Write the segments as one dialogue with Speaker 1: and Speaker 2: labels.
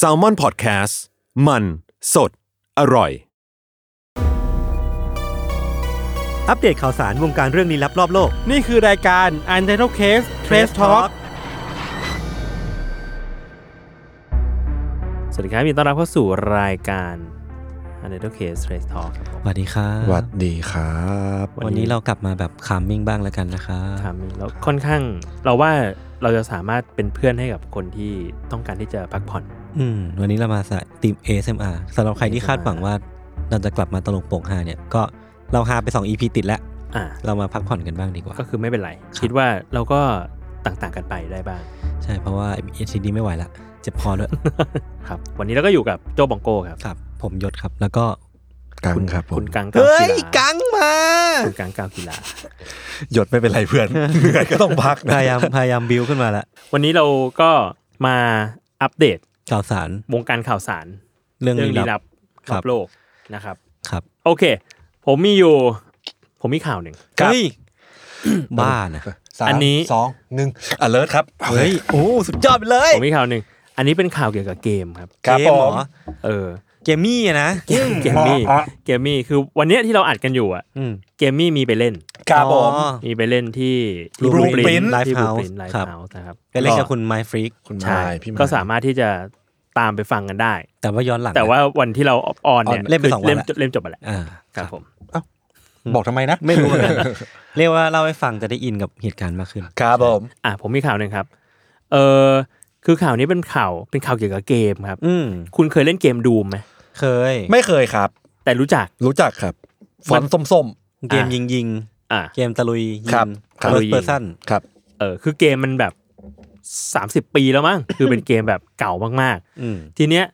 Speaker 1: s a l m o n PODCAST มัน สด อร่อย
Speaker 2: อัปเดตข่าวสารวงการเรื่องลี้ลับรอบโลก
Speaker 3: นี่คือรายการ u n t i t l e d Case Trace Talk สวัสดีครับยินดีต้อนรับเข้าสู่รายการ u n t i t l e d Case Trace Talk ครับผม
Speaker 2: สวัสดีครับ
Speaker 4: หวัดดีครับ
Speaker 2: วันนี้เรากลับมาแบบคามมิ่งบ้างแล้วกันนะคะ
Speaker 3: ถามแล้วค่อนข้างเราว่าเราจะสามารถเป็นเพื่อนให้กับคนที่ต้องการที่จะพักผ่อน
Speaker 2: อืมวันนี้เรามาสายทีม ASMR สำหรับใครที่คาดหวังว่าเราจะกลับมาตลกโปงฮาเนี่ย ก็เราฮาไป 2 EP ติดแล้ว
Speaker 3: อ่า
Speaker 2: เรามาพักผ่อนกันบ้างดีกว่า
Speaker 3: ก็คือไม่เป็นไร
Speaker 2: ครับ
Speaker 3: คิดว่าเราก็ต่างๆกันไปได้บ้าง
Speaker 2: ใช่เพราะว่า HCD ไม่ไหวละเจ็บคอด้วย
Speaker 3: ครับ วันนี้เราก็อยู่กับโจบองโก้ครับ
Speaker 2: ครับ ผมยศครับแล้วก็
Speaker 4: กังครับผม
Speaker 3: คุณกังกาวกีฬากังมาคุณกังกาวกีฬา
Speaker 4: หยดไม่เป็นไรเพื่ อน เหนื่อยก็ต้องพัก
Speaker 2: พ
Speaker 4: นะ
Speaker 2: ยายามพยายามบิวขึ้นมาละ
Speaker 3: วันนี้เราก็มาอัปเดต
Speaker 2: ข่าวสาร
Speaker 3: วงการข่าวสาร
Speaker 2: เรื่อง
Speaker 3: เรื่อง
Speaker 2: ลี้
Speaker 3: ลี้
Speaker 2: ลั
Speaker 3: ลั
Speaker 2: บ
Speaker 3: บ
Speaker 2: ค
Speaker 3: ข
Speaker 2: รั
Speaker 3: อบ บโลกนะครับ
Speaker 2: ครับ
Speaker 3: โอเค ผมมีอยู่ ผมมีข่าวหนึ่ง
Speaker 2: เฮ้ย บ้านะ
Speaker 4: สาม
Speaker 3: อันนี้
Speaker 4: สองหนึ่ง alert ครับ
Speaker 2: เฮ้ยโอ้สุดยอดไปเลย
Speaker 3: ผมมีข่าวหนึ่ง อันนี้เป็นข่าวเกี่ยวกับเกมครับ
Speaker 4: ครับ
Speaker 2: เก
Speaker 4: ผม
Speaker 2: เห
Speaker 4: ม
Speaker 2: รอ
Speaker 3: เออ
Speaker 2: เกมมี่อะนะ
Speaker 3: เกมเกมมี่
Speaker 4: อ่ะ
Speaker 3: เกมมี่ คือวันเนี้ยที่เราอัดกันอยู่อะ
Speaker 2: อืม
Speaker 3: เกมมี่มีไปเล่น
Speaker 4: ครับผม
Speaker 2: อ๋อ
Speaker 3: มีไปเล่นที่ที่
Speaker 4: Blue
Speaker 3: Blue
Speaker 4: Print
Speaker 3: Print ที่
Speaker 2: Live House
Speaker 3: Blue Print Live
Speaker 2: ครับ
Speaker 3: House นะครับ
Speaker 2: ก็เล่นกับคุณไมฟรีก
Speaker 4: คุณ
Speaker 3: ใช่
Speaker 4: มายพี่มาย
Speaker 3: ก็สามารถที่จะตามไปฟังกันได้
Speaker 2: แต่ว่าย้อนหลัง
Speaker 3: แต่ว่าวันที่เราออนเนี่ย
Speaker 2: ออนเล่นไปสองวัน
Speaker 3: เล่ม
Speaker 2: ละ
Speaker 3: เล่มจบไปแล้ว
Speaker 2: อ่า
Speaker 3: ครับผม
Speaker 4: บอกทำไมนะ
Speaker 2: ไม่รู้เหมือนกัน เรียกว่าเล่าให้ฟังจะได้อินกับเหตุการณ์มากขึ้น
Speaker 4: ครับผม
Speaker 3: อ่ะผมมีข่าวหนึ่งครับ เออคือข่าวนี้เป็นข่าวเป็นข่าวเกี่ยวกับเกมครับ
Speaker 2: อืม
Speaker 3: คุณเคยเล่นเกมดูมไหม
Speaker 2: เคย
Speaker 4: ไม่เคยครับ
Speaker 3: แต่รู้จัก
Speaker 4: รู้จักครับฟอนต์ส้ม
Speaker 2: เกมยิงยิง
Speaker 3: อ่ะ
Speaker 2: เกมตะลุยยิง
Speaker 4: ครับ
Speaker 2: ต
Speaker 4: ครับ
Speaker 2: ลุย
Speaker 3: ยิง
Speaker 2: เปอร์ซัน
Speaker 4: ๆครับ
Speaker 3: เออคือเกมมันแบบ 30 ปีแล้วมั้ง คือเป็นเกมแบบเก่ามาก
Speaker 2: อืม
Speaker 3: ๆ ทีเนี้ย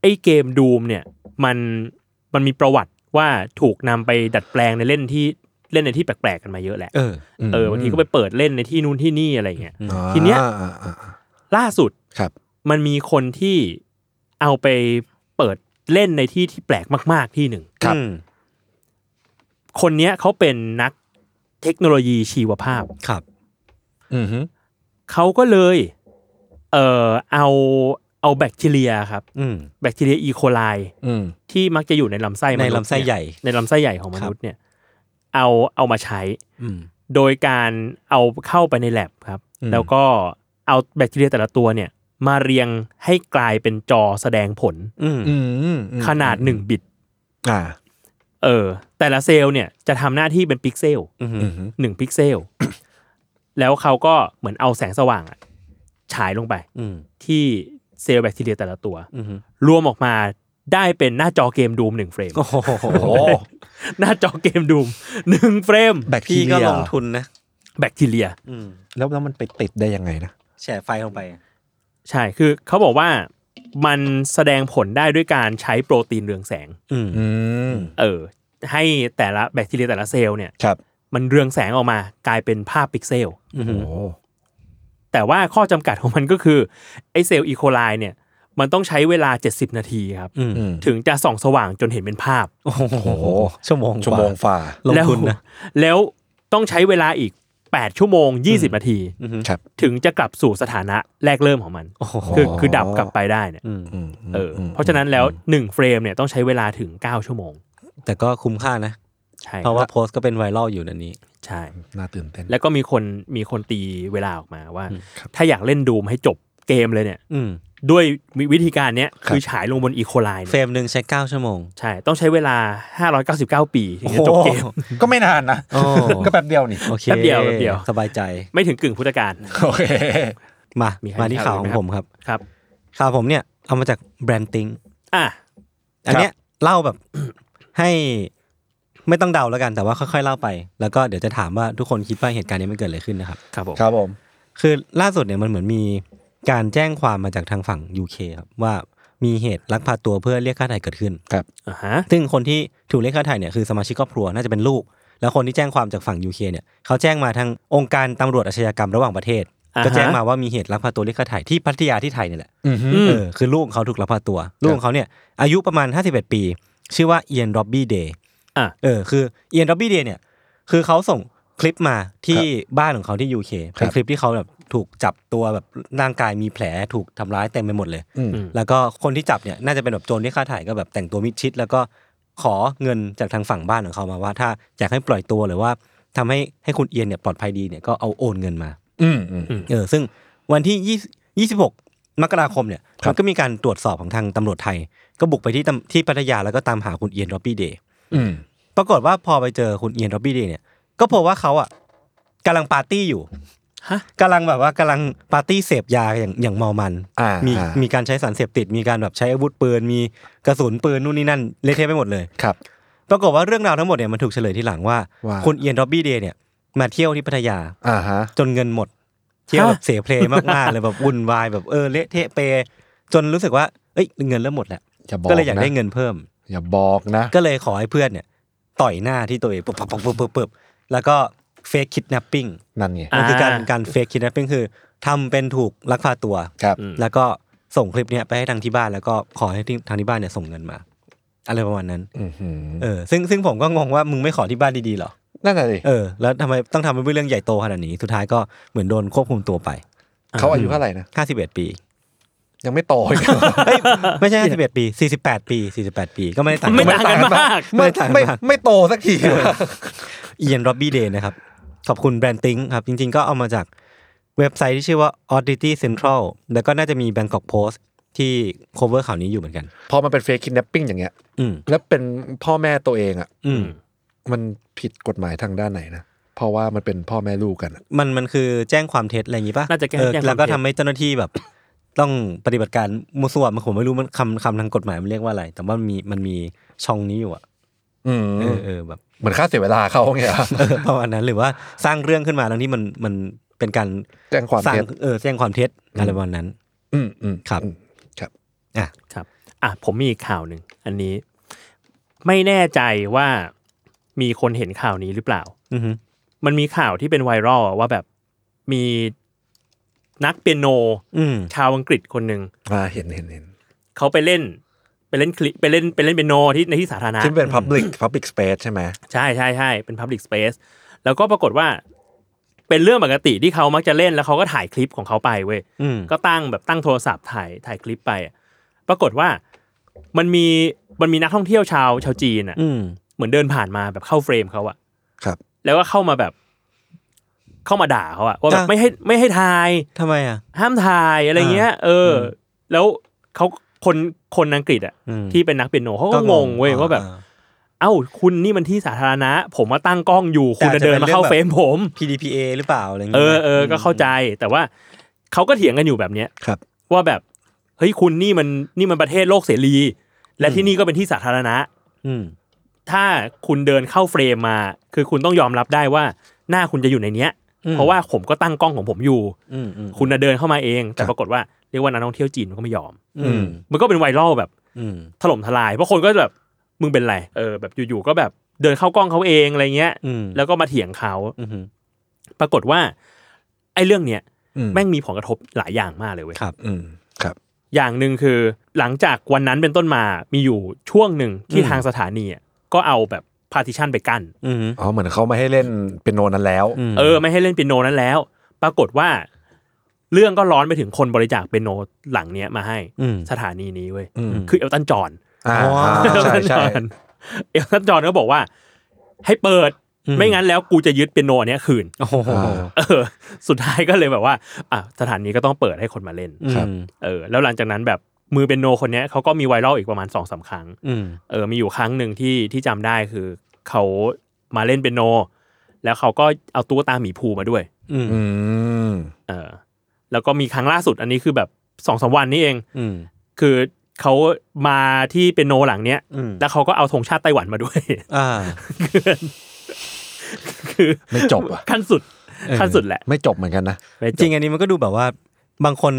Speaker 3: ไอ้เกมดูมเนี่ยมันมันมีประวัติว่าถูกนำไปดัดแปลงในเล่นที่เล่นในที่แปลกๆกันมาเยอะแหละ
Speaker 2: เออ
Speaker 3: เออบางทีก็ไปเปิดเล่นในที่นู่นที่นี่อะไรเงี้ย
Speaker 2: อืม
Speaker 3: ทีเนี้ย
Speaker 4: อ่าอ่าอ่าอ่า
Speaker 3: ล่าสุด
Speaker 4: ครับ
Speaker 3: มันมีคนที่เอาไปเปิดเล่นในที่ที่แปลกมาก ๆ ที่หนึ่ง
Speaker 4: ครับ
Speaker 2: อืม
Speaker 3: คนเนี้ยเขาเป็นนักเทคโนโลยีชีวภาพ
Speaker 2: ครับ
Speaker 4: อือฮึ
Speaker 3: เขาก็เลยเอ่อเอาเอาแบคทีเรียครับ
Speaker 2: อืม
Speaker 3: แบคทีเรียอีโคไล
Speaker 4: อืม
Speaker 3: ที่มักจะอยู่ในลำไส้มษย์
Speaker 2: ในลำไส้ใหญ่
Speaker 3: เนี่ยในลำไส้ใหญ่ของมนุษย์เนี่ยเอาเอามาใช้
Speaker 2: อืม
Speaker 3: โดยการเอาเข้าไปในแ a บครับ แล้วก็เอาแบคทีเรียแต่ละตัวเนี่ยมาเรียงให้กลายเป็นจอแสดงผล
Speaker 2: อืม
Speaker 4: อืมอืม
Speaker 3: ขนาดหนึ่งบิต
Speaker 4: อ่า
Speaker 3: เออ แต่ละเซลล์เนี่ยจะทำหน้าที่เป็นพิกเซล
Speaker 2: อืม
Speaker 4: อือฮึ
Speaker 3: หนึ่งพิกเซล แล้วเขาก็เหมือนเอาแสงสว่างอะฉายลงไป
Speaker 2: อืม
Speaker 3: ที่เซลล์แบคทีเรียแต่ละตัว
Speaker 2: อืม
Speaker 3: รวมออกมาได้เป็นหน้าจอเกมดูมหนึ่งเฟรม
Speaker 2: โอ้โห
Speaker 4: โอ้โห
Speaker 3: หน้าจอเกมดูมหนึ่งเฟรม
Speaker 4: แบคที
Speaker 2: พี่
Speaker 4: เรี
Speaker 2: ก็
Speaker 4: ย
Speaker 2: ลงทุนนะ
Speaker 3: แบคทีเรีย
Speaker 2: อืม
Speaker 4: แล้วแล้วมันไปติดได้ยังไงนะ
Speaker 2: แฉไฟลงไป
Speaker 3: ใช่คือเขาบอกว่ามันแสดงผลได้ด้วยการใช้โปรตีนเรืองแสง
Speaker 2: อืม
Speaker 4: อืม
Speaker 3: เออ ให้แต่ละแบคทีเรียแต่ละเซลล์เนี่ย
Speaker 4: ครับ
Speaker 3: มันเรืองแสงออกมากลายเป็นภาพพิกเซล
Speaker 2: อืม
Speaker 4: โอ้โห
Speaker 3: แต่ว่าข้อจำกัดของมันก็คือ ไอเซลล์อีโคไลเนี่ย มันต้องใช้เวลา 70 นาทีครับ
Speaker 2: อืม
Speaker 4: อืม
Speaker 3: ถึงจะส่องสว่างจนเห็นเป็นภาพ
Speaker 2: โอ้โหชั่วโมง
Speaker 4: ชั่วโมงฝ่า
Speaker 2: ลง
Speaker 3: แล้ว
Speaker 2: ทุนนะ
Speaker 3: แล้วต้องใช้เวลาอีก 8 ชั่วโมง 20 นาที
Speaker 2: อืม
Speaker 4: ครับ
Speaker 3: ถึงจะกลับสู่สถานะแรกเริ่มของมัน
Speaker 2: โอ้โห
Speaker 3: คือคือดับกลับไปได้เนี่ย
Speaker 2: อืม
Speaker 4: อืมม
Speaker 3: เอออ
Speaker 4: ม
Speaker 3: เพราะฉะนั้นแล้ว 1 เฟรมเนี่ยต้องใช้เวลาถึง 9 ชั่วโมง
Speaker 2: แต่ก็คุ้มค่านะ
Speaker 3: ใช่
Speaker 2: เพราะว่าโพสต์ก็เป็นไวรัลอยู่นันนี้
Speaker 3: ใช่
Speaker 4: น่าตื่นเต้น
Speaker 3: แล้วก็มีคนมีคนตีเวลาออกมาว่า ถ้าอยากเล่นดูมให้จบเกมเลยเนี่ย
Speaker 2: อืม
Speaker 3: ด้วยวิธีการเนี้ย
Speaker 4: ครับ
Speaker 3: คือฉายลงบนอีโคไลเนี่ย
Speaker 2: เฟรมหนึ่งใช้เก้าชั่วโมง
Speaker 3: ใช่ ต้องใช้เวลา 599 ปีถึงจะจบเกม
Speaker 4: ก็ไม่นานนะ
Speaker 2: โอ้
Speaker 4: ก็แป๊บเดียวนี่
Speaker 2: โอเค
Speaker 3: แป๊บเดียวแป๊บเดียว
Speaker 2: สบายใจ
Speaker 3: ไม่ถึงกึ่งพุทธกาล
Speaker 4: โอเค
Speaker 2: มา
Speaker 3: มีใคร
Speaker 2: มาที่
Speaker 3: มี
Speaker 2: ข่า
Speaker 3: ข่าว ว
Speaker 2: ของ
Speaker 3: ไหมครับ
Speaker 2: ผมครับ
Speaker 3: ครับ
Speaker 2: ข่าวผมเนี่ย เอามาจากแบรนด์ติง
Speaker 3: อ่ะ
Speaker 2: อันเนี้ยเล่าแบบ ให้ไม่ต้องเดาแล้วกัน แต่ว่าค่อยๆเล่าไป แล้วก็เดี๋ยวจะถามว่าทุกคนคิดว่าเหตุการณ์นี้มันเกิดอะไรขึ้นนะครับ
Speaker 3: ครับผม
Speaker 4: ครับผม
Speaker 2: คือล่าสุดเนี่ยมันเหมือนมี การแจ้งความมาจากทางฝั่ง UK ครับว่ามีเหตุลักพาตัวเพื่อเรียกค่าไถ่เกิดขึ้น
Speaker 3: อ่าฮะ
Speaker 2: ซึ่งคนที่ถูกเรียกค่าไถ่เนี่ยคือสมาชิกครอบครัวน่าจะเป็นลูก แล้วคนที่แจ้งความจากฝั่ง UK เนี่ยเขาแจ้งมาทางองค์การตำรวจอาชญากรรมระหว่างประเทศ
Speaker 3: อ่ฮะ
Speaker 2: ก็แจ้งมาว่ามีเหตุลักพาตัวเรียกค่าไถ่ที่พัทยาที่ไทยเนี่ยแหละ
Speaker 4: อือฮึ
Speaker 3: อืม
Speaker 2: เออคือลูกของเขาถูกลักพาตัว ลูกของเขาเนี่ยอายุประมาณ 51 ปี ชื่อว่าเอียนร็อบบี้เดย์
Speaker 3: อ่ะ
Speaker 2: เออคือเอียนร็อบบี้เดย์เนี่ยคือเขาส่งคลิปมาที่บ้านของเขาที่ยูเค
Speaker 4: ครั
Speaker 2: เป็
Speaker 4: บ
Speaker 2: นคลิปที่เขาแบบถูกจับตัวแบบร่างกายมีแผลถูกทำร้ายเต็มไปหมดเลย
Speaker 4: อืม
Speaker 2: แล้วก็คนที่จับเนี่ยน่าจะเป็นแบบโจรที่ค่าถ่ายก็แบบแต่งตัวมิดชิด แล้วก็ขอเงินจากทางฝั่งบ้านของเขามาว่าถ้าอยากให้ปล่อยตัวหรือว่าทำให้ให้คุณเอียนเนี่ยปลอดภัยดีเนี่ยก็เอาโอนเงินมา
Speaker 4: อืมอืม
Speaker 2: เออซึ่งวันที่ 20 26 มกราคมเนี่ย
Speaker 4: ครับ
Speaker 2: มันก็มีการตรวจสอบของทางตำรวจไทย ก็บุกไปที่ตำที่พัทยาแล้วก็ตามหาคุณเอียนร็อบบี้เดย์
Speaker 4: อืม
Speaker 2: ปรากฏว่าพอไปเจอคุณเอียนร็อบบี้เดย์เนี่ยก็พบว่าเขาอ่ะกำลังปาร์ตี้อยู่
Speaker 3: ฮะ
Speaker 2: กำลังแบบว่ากำลังปาร์ตี้เสพยาอย่างอย่างเมามัน
Speaker 4: อ่า
Speaker 2: มี
Speaker 4: อ่า
Speaker 2: มีการใช้สารเสพติด มีการแบบใช้อาวุธปืน มีกระสุนปืนนู่นนี่นั่นเละเทะไปหมดเลย
Speaker 4: ครับ
Speaker 2: ปรากฏว่าเรื่องราวทั้งหมดเนี่ยมันถูกเฉลยที่หลังว่า
Speaker 4: ว่า
Speaker 2: คุณเอียนร็อบบี้เดย์เนี่ยมาเที่ยวที่พัทยา
Speaker 4: อ่าฮะ
Speaker 2: จนเงินหมด เที่ยวแบบเสียเพลมากๆเลยแบบวุ่นวายแบบเออเละเทะเป จนรู้สึกว่าเอ้ยเงินเริ่มหมดแล้ว
Speaker 4: อย่าบอก
Speaker 2: ก็เลยอยากได้
Speaker 4: นะ
Speaker 2: เงินเพิ่ม
Speaker 4: อย่าบอกนะ
Speaker 2: ก็เลยขอให้เพื่อนเนี่ย ต่อยหน้าที่ตัวเองปุ๊บปุ๊บปุ๊บปุ๊บปุ๊บปุ๊บแล้วก็เฟกคิดนัปปิ้ง
Speaker 4: นั่นไง
Speaker 3: ะ
Speaker 2: มันคือการ
Speaker 3: อ่า
Speaker 2: การเฟกคิดนัปปิ้งคือทำเป็นถูกลักพาตัว
Speaker 4: ครับ
Speaker 3: อืม
Speaker 2: แล้วก็ส่งคลิปเนี้ยไปให้ทางที่บ้านแล้วก็ขอให้ที่ทางที่บ้านเนี่ยส่งเงินมา อะไรประมาณนั้น
Speaker 4: อือหือ
Speaker 2: เออซึ่งซึ่งผมก็งงว่ามึงไม่ขอที่บ้านดีๆเหรอ
Speaker 4: นั่นแหละดิ
Speaker 2: เออแล้วทำไมต้องทำเป็นเรื่องใหญ่โตขนาดนี้สุดท้ายก็เหมือนโดนควบคุมตัวไป
Speaker 4: เขาอายุเท่าไหร่นะ
Speaker 2: 51 ปี
Speaker 4: ยังไม่โตอีก
Speaker 2: ไม่ใช่ 51 ปี 48 ปี 48 ปีก็ไม่ได้ต่าง
Speaker 3: ไม่
Speaker 2: กัน
Speaker 3: ต่างกันมาก
Speaker 2: ไม่ต่าง
Speaker 4: ไม่
Speaker 2: มาก
Speaker 4: ไม่โตสักที
Speaker 2: เอียนร็อบบี้เดย์นะครับ ขอบคุณแบรนด์ติ้งครับ จริงๆ ก็เอามาจากเว็บไซต์ที่ชื่อว่า Oddity Central แล้วก็น่าจะมี Bangkok Post ที่ cover ข่าวนี้อยู่เหมือนกัน
Speaker 4: พอมันเป็นเฟ k คิ d แนปปิ้งอย่างเงี้ย
Speaker 2: อืม
Speaker 4: แล้วเป็นพ่อแม่ตัวเองอ่ะ
Speaker 2: อืม
Speaker 4: มันผิดกฎหมายทางด้านไหนนะ เพราะว่ามันเป็นพ่อแม่ลูกกันอะ
Speaker 2: มันมันคือแจ้งความเท็จอะไรอย่างนี้ป่ะ
Speaker 3: น่าจะแจ้ง
Speaker 2: เออ
Speaker 3: แจ้งความเท็จ
Speaker 2: แล้วก็ทำให้เจ้าหน้าที่แบบ ต้องปฏิบัติการมุสวมันผมไม่รู้มันคำคำทางกฎหมายมันเรียกว่าอะไร แต่ว่ามันมีมันมีช่องนี้อยู่อะ
Speaker 4: อืม
Speaker 2: เออเออแบบ
Speaker 4: เหมือนค่าเสียเวลาเขาเงี้ย
Speaker 2: เออประมาณนั้นหรือว่าสร้างเรื่องขึ้นมาทั้งที่มันมันเป็นการ
Speaker 4: แจ้งความเท็จ
Speaker 2: สร้เออแจ้งความเท็จอะไรประมาณนั้น
Speaker 4: อืมอืม
Speaker 2: ครับ
Speaker 4: อืมครับ
Speaker 2: อ่ะ
Speaker 3: ครับอ่ะผมมีอีกข่าวหนึ่งอันนี้ ไม่แน่ใจว่ามีคนเห็นข่าวนี้หรือเปล่า
Speaker 2: อือฮึ
Speaker 3: มันมีข่าวที่เป็นไวรัลอะว่าแบบมีนักเปียโน
Speaker 2: อืม
Speaker 3: ชาวอังกฤษคนหนึ่ง
Speaker 4: อ่าเห็นเห็นเห็น
Speaker 3: เขาไปเล่น ไปเล่นคลิปไปเล่นไปเล่นเปียโนที่ในที่สาธารณะ
Speaker 4: ที่เป็น Public Public Space ใช่ไหม
Speaker 3: ใช่ใช่ใช่เป็น Public Space แล้วก็ปรากฏว่า เป็นเรื่องปกติที่เขามักจะเล่นแล้วเขาก็ถ่ายคลิปของเขาไปเว้ย
Speaker 2: อืม
Speaker 3: ก็ตั้งแบบตั้งโทรศัพท์ถ่ายถ่ายคลิปไปอะปรากฏว่ามันมีมันมีนักท่องเที่ยวชาวชาวจีนอ่ะ
Speaker 2: อืม
Speaker 3: เหมือนเดินผ่านมาแบบเข้าเฟรมเขาอะ
Speaker 4: ครับ
Speaker 3: แล้วก็เข้ามาแบบ เข้ามาด่าเขาอะว่าแบบไม่ให้ไม่ให้ถ่าย
Speaker 2: ทำไมอ่ะ
Speaker 3: ห้ามถ่ายอะไรเงี้ย เออ แล้วเขาคนคนอังกฤษอะ
Speaker 2: อืม
Speaker 3: ที่เป็นนักเปียโนเขาก็งงเว้ย
Speaker 2: อ่
Speaker 3: ว่าแบบ
Speaker 2: อ่
Speaker 3: เอ้า คุณนี่มันที่สาธารณะ ผมมาตั้งกล้องอยู่ คุณ
Speaker 2: แต่อาจ
Speaker 3: จะ
Speaker 2: จะ
Speaker 3: เดินมาเข้า
Speaker 2: เป็นเรื่องแบ
Speaker 3: เฟ
Speaker 2: บ
Speaker 3: รมผม
Speaker 2: PDPA หรือเปล่าอะไรอย่าง
Speaker 3: เอ
Speaker 2: เงี้
Speaker 3: อย เออก็เข้าใจแต่ว่าเขาก็เถียงกันอยู่แบบเนี้ย
Speaker 4: ครับ
Speaker 3: ว่าแบบเฮ้ยคุณนี่มันนี่มันประเทศโลกเสรี และที่นี่ก็เป็นที่สาธารณะ
Speaker 2: อืม
Speaker 3: ถ้าคุณเดินเข้าเฟรมมา คือคุณต้องยอมรับได้ว่าหน้าคุณจะอยู่ในเนี้ย
Speaker 2: อืม
Speaker 3: เพราะว่าผมก็ตั้งกล้องของผมอยู่
Speaker 2: อืมอืม
Speaker 3: คุณน่ะเดินเข้ามาเอง แต่
Speaker 4: ครับ
Speaker 3: ปรากฏว่าเรียกว่านักท่องเที่ยวจีนมันก็ไม่ยอม
Speaker 2: อืม
Speaker 3: มันก็เป็นไวรัลแบบ
Speaker 2: อืม
Speaker 3: ถล่มทลาย เพราะคนก็แบบมึงเป็นไรเออแบบอยู่ๆก็แบบเดินเข้ากล้องเขาเองอะไรเงี้ย
Speaker 2: อืม
Speaker 3: แล้วก็มาเถียงเขา
Speaker 2: อืม
Speaker 3: ปรากฏว่า ไอ้เรื่องเนี้ย
Speaker 4: อื
Speaker 3: แม่งมีผลกระทบหลายอย่างมากเลยเว้ย
Speaker 2: ครับ
Speaker 4: อืมครับ
Speaker 3: อย่างหนึ่งคือหลังจากวันนั้นเป็นต้นมามีอยู่ช่วงหนึ่งที่
Speaker 2: อืม
Speaker 3: ทางสถานีอ่ะก็เอาแบบพาร์ติชันไปกั้น
Speaker 2: อืม
Speaker 4: อ๋อ เหมือนเขาไม่ให้เล่นเป็นโนนั้นแล้ว
Speaker 2: ม
Speaker 3: เออไม่ให้เล่นเปียโนนั้นแล้ว ปรากฏว่า เรื่องก็ร้อนไปถึงคนบริจาคเปียโนหลังเนี้ยมาให้
Speaker 2: อืม
Speaker 3: สถานีนี้เว้ย
Speaker 4: อืม
Speaker 3: คือเอลตันจอห์น
Speaker 4: อ่า
Speaker 2: อ๋ออ่
Speaker 3: เอล
Speaker 4: ใช่
Speaker 3: ตันจ
Speaker 4: ใช่
Speaker 3: อห์นเอลตันจอห์นก็บอกว่า ให้เปิด
Speaker 2: อืม
Speaker 3: ไม่งั้นแล้วกูจะยึดเปียโนอันเนี้ยคืน
Speaker 2: โอ้โห
Speaker 4: อ่า
Speaker 3: เออ สุดท้ายก็เลยแบบว่าอ่ะสถานีก็ต้องเปิดให้คนมาเล่น
Speaker 4: ครับ
Speaker 2: อืม
Speaker 3: เออแล้วหลังจากนั้นแบบมือเปียโนคนเนี้ยเขาก็มีไวรัลอีกประมาณสองสามครั้ง
Speaker 2: อืม
Speaker 3: เออมีอยู่ครั้งหนึ่งที่ที่จำได้คือเขามาเล่นเปียโน แล้วเขาก็เอาตุ๊กตาหมีภูมาด้วย
Speaker 2: อืม
Speaker 4: อืม
Speaker 3: เออ แล้วก็มีครั้งล่าสุดอันนี้คือแบบสองสามวันนี้เอง
Speaker 2: อืม
Speaker 3: คือเขามาที่เปียโนหลังเนี้ย
Speaker 2: อืม
Speaker 3: แล้วเขาก็เอาธงชาติไต้หวันมาด้วย
Speaker 2: อ่า
Speaker 3: คือ
Speaker 4: ไม่จบอ่ะ
Speaker 3: ขั้นสุด
Speaker 2: เออ
Speaker 3: ขั้นสุดแหละ
Speaker 4: ไม่จบเหมือนกันนะ
Speaker 3: ไม่
Speaker 2: จริงอันนี้มันก็ดูแบบว่าบางคน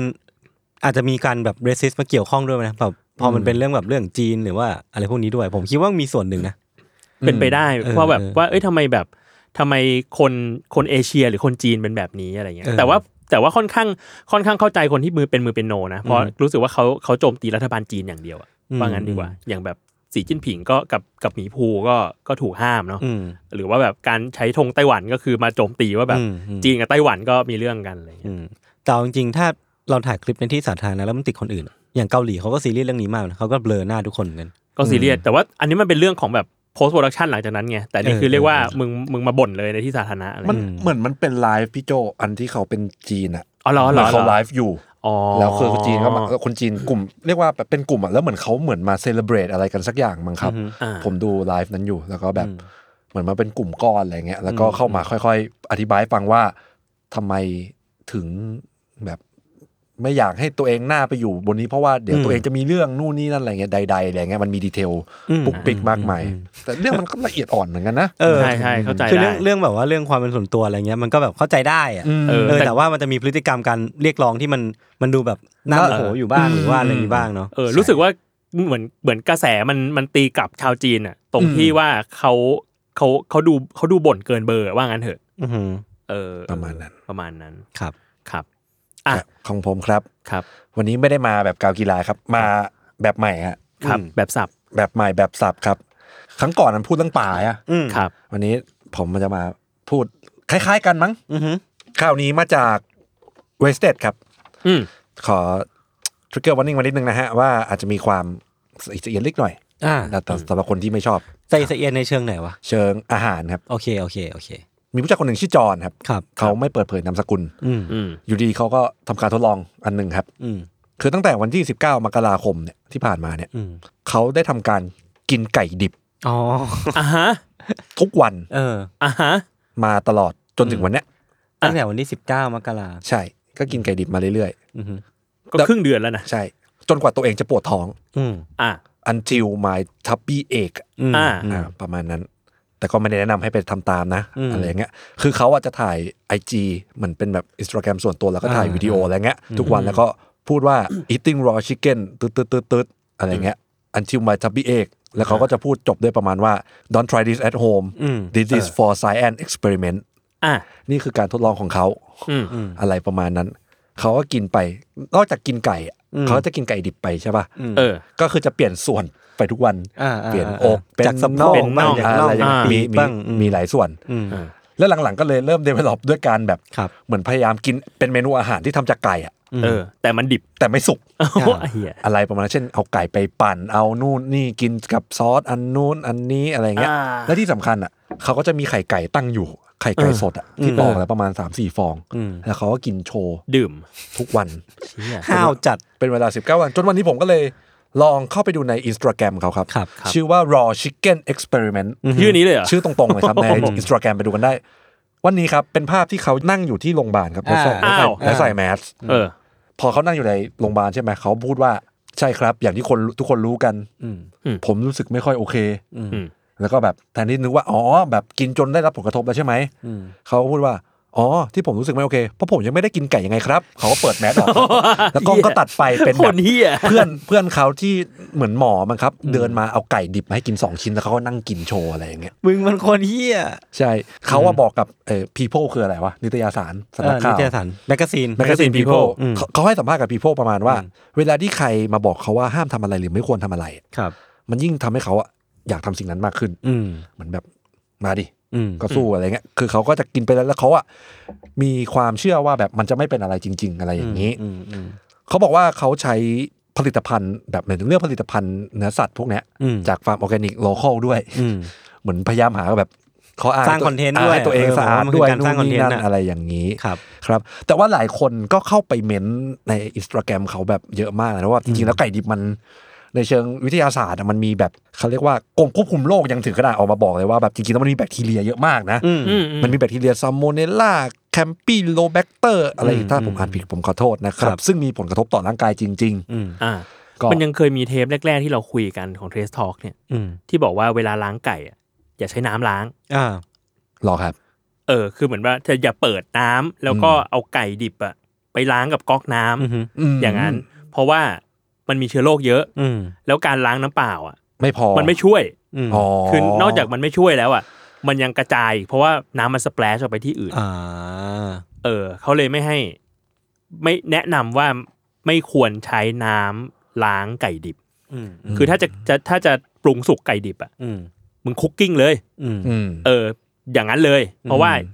Speaker 2: อาจจะมีการแบบเรสซิสมาเกี่ยวข้องด้วยไหมนะแบบพอมันเป็นเรื่องแบบเรื่องจีนหรือว่าอะไรพวกนี้ด้วย ผมคิดว่ามีส่วนหนึ่งนะ
Speaker 3: เป็นไปได้
Speaker 2: เออ
Speaker 3: ว่าแบบ
Speaker 2: เออ
Speaker 3: ว่าเอ้ยทำไมแบบทำไมคนคนเอเชียหรือคนจีนเป็นแบบนี้อะไรเงี้ย
Speaker 2: เออ
Speaker 3: แต่ว่าแต่ว่าค่อนข้างค่อนข้างเข้าใจคนที่มือเป็นมือเป็นโนนะเพราะ
Speaker 2: อืม
Speaker 3: รู้สึกว่าเขาเขาโจมตีรัฐบาลจีนอย่างเดียวอะ
Speaker 2: อืม
Speaker 3: ว่างั้นดีกว่า อย่างแบบสีจิ้นผิงก็กับกับหมีภูก็ก็ถูกห้ามเนาะ
Speaker 2: อืม
Speaker 3: หรือว่าแบบการใช้ธงไต้หวันก็คือมาโจมตีว่าแบบ
Speaker 2: อืมอืม
Speaker 3: จีนกับไต้หวันก็มีเรื่องกันอะไรเงี้ย
Speaker 2: อืมแต่เอาจริงๆถ้าเราถ่ายคลิปในที่สาธารณะแล้วมันติดคนอื่น อย่างเกาหลีเขาก็ซีเรียสเรื่องนี้มากนะเขาก็เบลอหน้าทุกคนเหมือนกัน
Speaker 3: ก็ซีเรียสแต่ว่าอันนี้มันเป็นเรื่องของแบบ post production หลังจากนั้นไงแต่นี่
Speaker 2: เออ
Speaker 3: คือเรียกว่า
Speaker 2: เออ
Speaker 3: มึงมึงมาบ่นเลยในที่สาธารณะอะไร
Speaker 4: มัน
Speaker 3: เงี้ย
Speaker 4: เหมือนมันเป็นไลฟ์พี่โจอันที่เขาเป็นจีนอ่ะ
Speaker 3: อ๋อเหรอ
Speaker 4: เห
Speaker 3: เหร
Speaker 4: มือ
Speaker 3: อน เหร
Speaker 4: เขา
Speaker 3: อ
Speaker 4: ไลฟ์อยู่
Speaker 3: อ๋อ
Speaker 4: แล้วคือคนจีนก็มาคนจีนกลุ่มเรียกว่าแบบเป็นกลุ่มอ่ะแล้วเหมือนเขาเหมือนมาเซเลบรตอะไรกันสักอย่างมั้งครับ
Speaker 2: อือฮึ
Speaker 3: อ่า
Speaker 4: ผมดูไลฟ์นั้นอยู่แล้วก็แบบ
Speaker 2: อืม
Speaker 4: เหมือนมาเป็นกลุ่มก้อนอะไรเงี้ยแล้วก็
Speaker 2: อืม
Speaker 4: เข้ามาค่อยๆ อธิบายให้ฟังว่าทำไมถึงแบบไม่อยากให้ตัวเองหน้าไปอยู่บนนี้เพราะว่าเดี๋ยวตัวเองจะมีเรื่องนู่นนี่นั่นอะไรเงี้ยใดๆอะไรเงี้ยมันมีดีเทลปุกปิกมากมายแต่เรื่องมันก็ละเอียดอ่อนเหมือนกันนะ
Speaker 2: เออ
Speaker 3: ใช่ใช่เข้าใจ
Speaker 2: คือ
Speaker 3: ได้
Speaker 2: เรื่องเรื่องแบบว่าเรื่องความเป็นส่วนตัวอะไรเงี้ยมันก็แบบเข้าใจได้อะ
Speaker 4: อืม
Speaker 3: เออ
Speaker 2: เออแต่ว่ามันจะมีพฤติกรรมการเรียกร้องที่มันมันดูแบบน่าโมโหอยู่บ้างหรือว่าอะไรนี้บ้างเนาะ
Speaker 3: เออรู้สึกว่าเหมือนเหมือนกระแสมันมันตีกลับชาวจีนอะตรงที่ว่าเขาเขาเขาดูเขาดูบ่นเกินเบอร์ว่างั้นเถอะ
Speaker 2: อือหือ
Speaker 3: เออ
Speaker 4: ประมาณนั้น
Speaker 3: ประมาณนั้น
Speaker 2: ครับ
Speaker 3: ครับ อ่ะ
Speaker 4: ของผมครับ
Speaker 3: ครับ
Speaker 4: วันนี้ไม่ได้มาแบบกาวกีฬาครับ มาแบบใหม่ฮะ
Speaker 3: ครับ
Speaker 4: อืม
Speaker 3: แบบสับ
Speaker 4: แบบใหม่แบบสับครับ ครั้งก่อนมันพูดเรื่องป่าอะ
Speaker 2: อืม
Speaker 3: ครับ
Speaker 4: วันนี้ผมมันจะมาพูดคล้าย ๆ กันมั้ง
Speaker 2: อือหือ
Speaker 4: ข่าวนี้มาจากเวสเ e ดครับ
Speaker 3: อืม
Speaker 4: ขอทริกเกอร์วันนิ่งมานิดนึงนะฮะ ว่าอาจจะมีความละเอียดเล็กหน่อย
Speaker 2: อ่า
Speaker 4: แต่แต่สำหรับคนที่ไม่ชอบ
Speaker 2: ใจสะเอียนในเชิงไหนวะ
Speaker 4: เชิงอาหารครับ
Speaker 2: โอเคโอเคโอเค
Speaker 4: มีผู้ชายคนหนึ่งชื่อจอห์นครับ
Speaker 2: ครับ
Speaker 4: เขาไม่เปิดเผยนามสกุล
Speaker 2: อืม
Speaker 3: อืม
Speaker 4: อยู่ดีเขาก็ทำการทดลองอันหนึ่งครับ
Speaker 2: อืม
Speaker 4: คือตั้งแต่วันที่ 19 มกราคมเนี่ยที่ผ่านมาเนี่ย
Speaker 2: อืม
Speaker 4: เขาได้ทำการกินไก่ดิบ
Speaker 2: อ๋อ
Speaker 3: อ่ะฮะ
Speaker 4: ทุกวัน
Speaker 2: เออ
Speaker 3: อ่ะฮะ
Speaker 4: มาตลอดจนถึงวันเนี้ย
Speaker 2: ตั้งแต่วันที่สิบเก้ามกรา
Speaker 4: ใช่ ก็กินไก่ดิบมาเรื่อย
Speaker 2: อือหือ
Speaker 3: ก็ครึ่งเดือนแล้วนะ
Speaker 4: ๆ ใช่ จนกว่าตัวเองจะปวดท้อง
Speaker 2: อืม
Speaker 3: อ่ะ
Speaker 4: until my tubby ache
Speaker 2: อืม
Speaker 3: อ่า
Speaker 4: อ่าประมาณนั้น แต่ก็ไม่ได้แนะนำให้ไปทำตามนะ
Speaker 2: อืม
Speaker 4: อะไรอย่างเงี้ยคือเขาอะจะถ่าย IG เหมือนเป็นแบบอินสตาแกรมส่วนตัวแล้วก็ถ่าย
Speaker 2: อ่า
Speaker 4: วิดีโออะไรเงี้ยทุกวันแล้วก็พูดว่า eating raw chicken ตืดตืดตืดตืดอะไรเงี้ย until my tubby ache แล้วเขาก็จะพูดจบด้วยประมาณว่า don't try this at home
Speaker 2: อืม
Speaker 4: this is for science experiment
Speaker 3: อ่ะ
Speaker 4: นี่คือการทดลองของเขา
Speaker 3: อืม
Speaker 4: อะไรประมาณนั้น เขาก็กินไป นอกจากกินไก่อะ
Speaker 2: อืม
Speaker 4: เขาจะกินไก่ดิบไปใช่ป่ะ
Speaker 3: เออ
Speaker 4: ก็คือจะเปลี่ยนส่วนไปทุกวัน
Speaker 2: อ่าอ่า
Speaker 4: เปลี่ยนอกเป็น
Speaker 2: จากสะโพก
Speaker 3: เป็นน่อง
Speaker 2: บ้าง
Speaker 4: อ่า
Speaker 2: จากน่อ
Speaker 4: อะ
Speaker 2: ง
Speaker 4: ไรอย่างเงี้
Speaker 3: อ่า
Speaker 4: ยมีมี
Speaker 2: ปีกบ้างอื
Speaker 4: มีหลายส่วน
Speaker 2: อืม
Speaker 4: แล้วหลังๆก็เลยเริ่ม develop ด้วยการแบบ
Speaker 2: ครับ
Speaker 4: เหมือนพยายามกินเป็นเมนูอาหารที่ทำจากไก่อะ
Speaker 3: เออ แต่มันดิบ
Speaker 4: แต่ไม่สุก
Speaker 3: โอ้โหไอ้เหี้ย
Speaker 4: อะไรประมาณนั้นเช่นเอาไก่ไปปั่นเอานู่นนี่กินกับซอสอันนู้นอันนี้อะไรเงี้ย
Speaker 3: อ่า
Speaker 4: และที่สำคัญอ่ะเขาก็จะมีไข่ไก่ตั้งอยู่ไข่ไก่สดอ่ะที่
Speaker 2: อืม
Speaker 4: ปอกแล้วประมาณ 3-4 ฟอง
Speaker 2: อืม
Speaker 4: แล้วเขาก็กินโชว์
Speaker 3: ดื่ม
Speaker 4: ทุกวัน
Speaker 3: เชี่ย
Speaker 2: ข้าวจัด
Speaker 4: เป็นเวลา 19 วัน จนวันนี้ผมก็เลยลองเข้าไปดูในอินสตาแกรมเขาครับ
Speaker 2: ครับครับ
Speaker 4: ชื่อว่า raw chicken experiment
Speaker 3: ชื่อนี้เลยเหรอ
Speaker 4: ชื่อตรงๆเลย ครับ ในอินสตาแกรมไปดูกันได้ วันนี้ครับ เป็นภาพที่เขานั่งอยู่ที่โรงพยาบาลครับ แล้วใส่
Speaker 3: อ้าว
Speaker 4: แล้วใส่แมส
Speaker 3: เออ
Speaker 4: พอเขานั่งอยู่ในโรงพยาบาลใช่ไหมเขาพูดว่าใช่ครับ อย่างที่คนทุกคนรู้กัน
Speaker 2: อืม
Speaker 4: ผมรู้สึกไม่ค่อยโอเค
Speaker 3: อืม
Speaker 4: แล้วก็แบบแทนที่นึกว่า อ๋อ แบบกินจนได้รับผลกระทบแล้วใช่ไหม
Speaker 2: อืม
Speaker 4: เขาก็พูดว่า อ๋อ ที่ผมรู้สึกไม่โอเค เพราะผมยังไม่ได้กินไก่ยังไงครับ เขาก็เปิดแม สออกครับแล้วกล้องก็ตัดไปเป็น
Speaker 3: ค
Speaker 4: แบบ
Speaker 3: นเฮีย
Speaker 4: เพื่อนเพื่อนเขาที่เหมือนหมอมั้งครับ เดินมาเอาไก่ดิบมาให้กิน 2 ชิ้นแล้วเขาก็นั่งกินโชว์อะไรอย่างเงี้ย
Speaker 2: มึงมันคนเฮีย
Speaker 4: ใช่เขาว่าบอกกับเอ่อ people คืออะไรวะ นิตยสารสำ
Speaker 2: เอ
Speaker 4: นั
Speaker 2: อก นิ
Speaker 4: ข่าว
Speaker 2: ตยสารแมกกาซีน
Speaker 4: magazine people
Speaker 2: อืม
Speaker 4: เขาเขาให้สัมภาษณ์กับ people ประมาณว่า เวลาที่ใครมาบอกเขาว่าห้ามทำอะไรหรือไม่ควรทำอะไร
Speaker 2: ครับ
Speaker 4: มันยิ่งทำให้เขาอะอยากทำสิ่งนั้นมากขึ้น
Speaker 2: อืม
Speaker 4: เหมือนแบบมาดิ
Speaker 2: อืม
Speaker 4: ก็สู้อะไรเงี้ย คือเขาก็จะกินไปแล้วแล้วเขาอะมีความเชื่อว่าแบบมันจะไม่เป็นอะไรจริง ๆ อะไรอย่างนี้
Speaker 2: อืมอืม
Speaker 4: เขาบอกว่าเขาใช้ผลิตภัณฑ์แบบเหมือนเลือกผลิตภัณฑ์เนื้อสัตว์พวกเนี้ย
Speaker 2: อืม
Speaker 4: จากฟาร์มออร์แกนิกโลคอลด้วย
Speaker 2: อืม
Speaker 4: เหมือนพยายามหาแบบข้ออ้าง
Speaker 2: สร้างคอนเทนต์ด้วย
Speaker 4: ให้ตัวเอง
Speaker 2: เออ
Speaker 4: สะอาด
Speaker 2: ผม
Speaker 4: ด้วย
Speaker 2: ว่ามันคือการสร้าง
Speaker 4: นู่นนี่
Speaker 2: คอนเทนต์
Speaker 4: นั่น
Speaker 2: น่ะ
Speaker 4: อะไรอย่างนี้
Speaker 2: ครับ
Speaker 4: ครับ แต่ว่าหลายคนก็เข้าไปเม้นต์ในอินสตาแกรมเขาแบบเยอะมากนะว่าจริงๆแล้วไก่ดิบมัน ในเชิงวิทยาศาสตร์อะมันมีแบบเขาเรียกว่ากรมควบคุมโรคยังถึงขนาดออกมาบอกเลยว่าแบบจริงๆแล้วมันมีแบคทีเรียเยอะมากนะ
Speaker 2: อืม
Speaker 3: อื
Speaker 4: มันมีแบคทีเรียซามโมเนล่าแคมปิโลแบคเตอร์อะไรอีกถ้าผมอ่านผิดผมขอโทษนะครั
Speaker 2: ครับ บ
Speaker 4: ซึ่งมีผลกระทบต่อร่างกายจริง
Speaker 2: อืม
Speaker 3: อ่า
Speaker 4: ๆ ก็
Speaker 3: มันยังเคยมีเทปแรก ๆ ที่เราคุยกันของเทสทอ l k เนี่ย
Speaker 2: อืม
Speaker 3: ที่บอกว่าเวลาล้างไก่อะอย่าใช้น้ำล้าง
Speaker 2: อ่า
Speaker 4: รอครับ
Speaker 3: เออ คือเหมือนว่าจะอย่าเปิดน้ำแล้วก็เอาไก่ดิบอะ ไปล้างกับก๊อกน้ำ
Speaker 2: อือฮึ
Speaker 4: ม
Speaker 3: อย่างนั้น เพราะว่ามันมีเชื้อโรคเยอะ
Speaker 2: อืม
Speaker 3: แล้วการล้างน้ำเปล่าอ่ะ
Speaker 4: ไม่พอ
Speaker 3: มันไม่ช่วย
Speaker 2: อืม
Speaker 4: อ๋อ
Speaker 3: คือนอกจากมันไม่ช่วยแล้วอ่ะ มันยังกระจาย เพราะว่าน้ำมันสเปลชออกไปที่อื่น
Speaker 2: อ่า
Speaker 3: เออเขาเลยไม่ให้ ไม่แนะนำว่าไม่ควรใช้น้ำล้างไก่ดิบ
Speaker 2: อืม
Speaker 3: คือถ้าจะจะถ้าจะปรุงสุกไก่ดิบอ่ะ
Speaker 2: อืม
Speaker 3: มึงคุกกิ้งเลย
Speaker 2: อืม
Speaker 4: อืม
Speaker 3: เออ อย่างนั้นเลย เพราะว่า
Speaker 2: อืม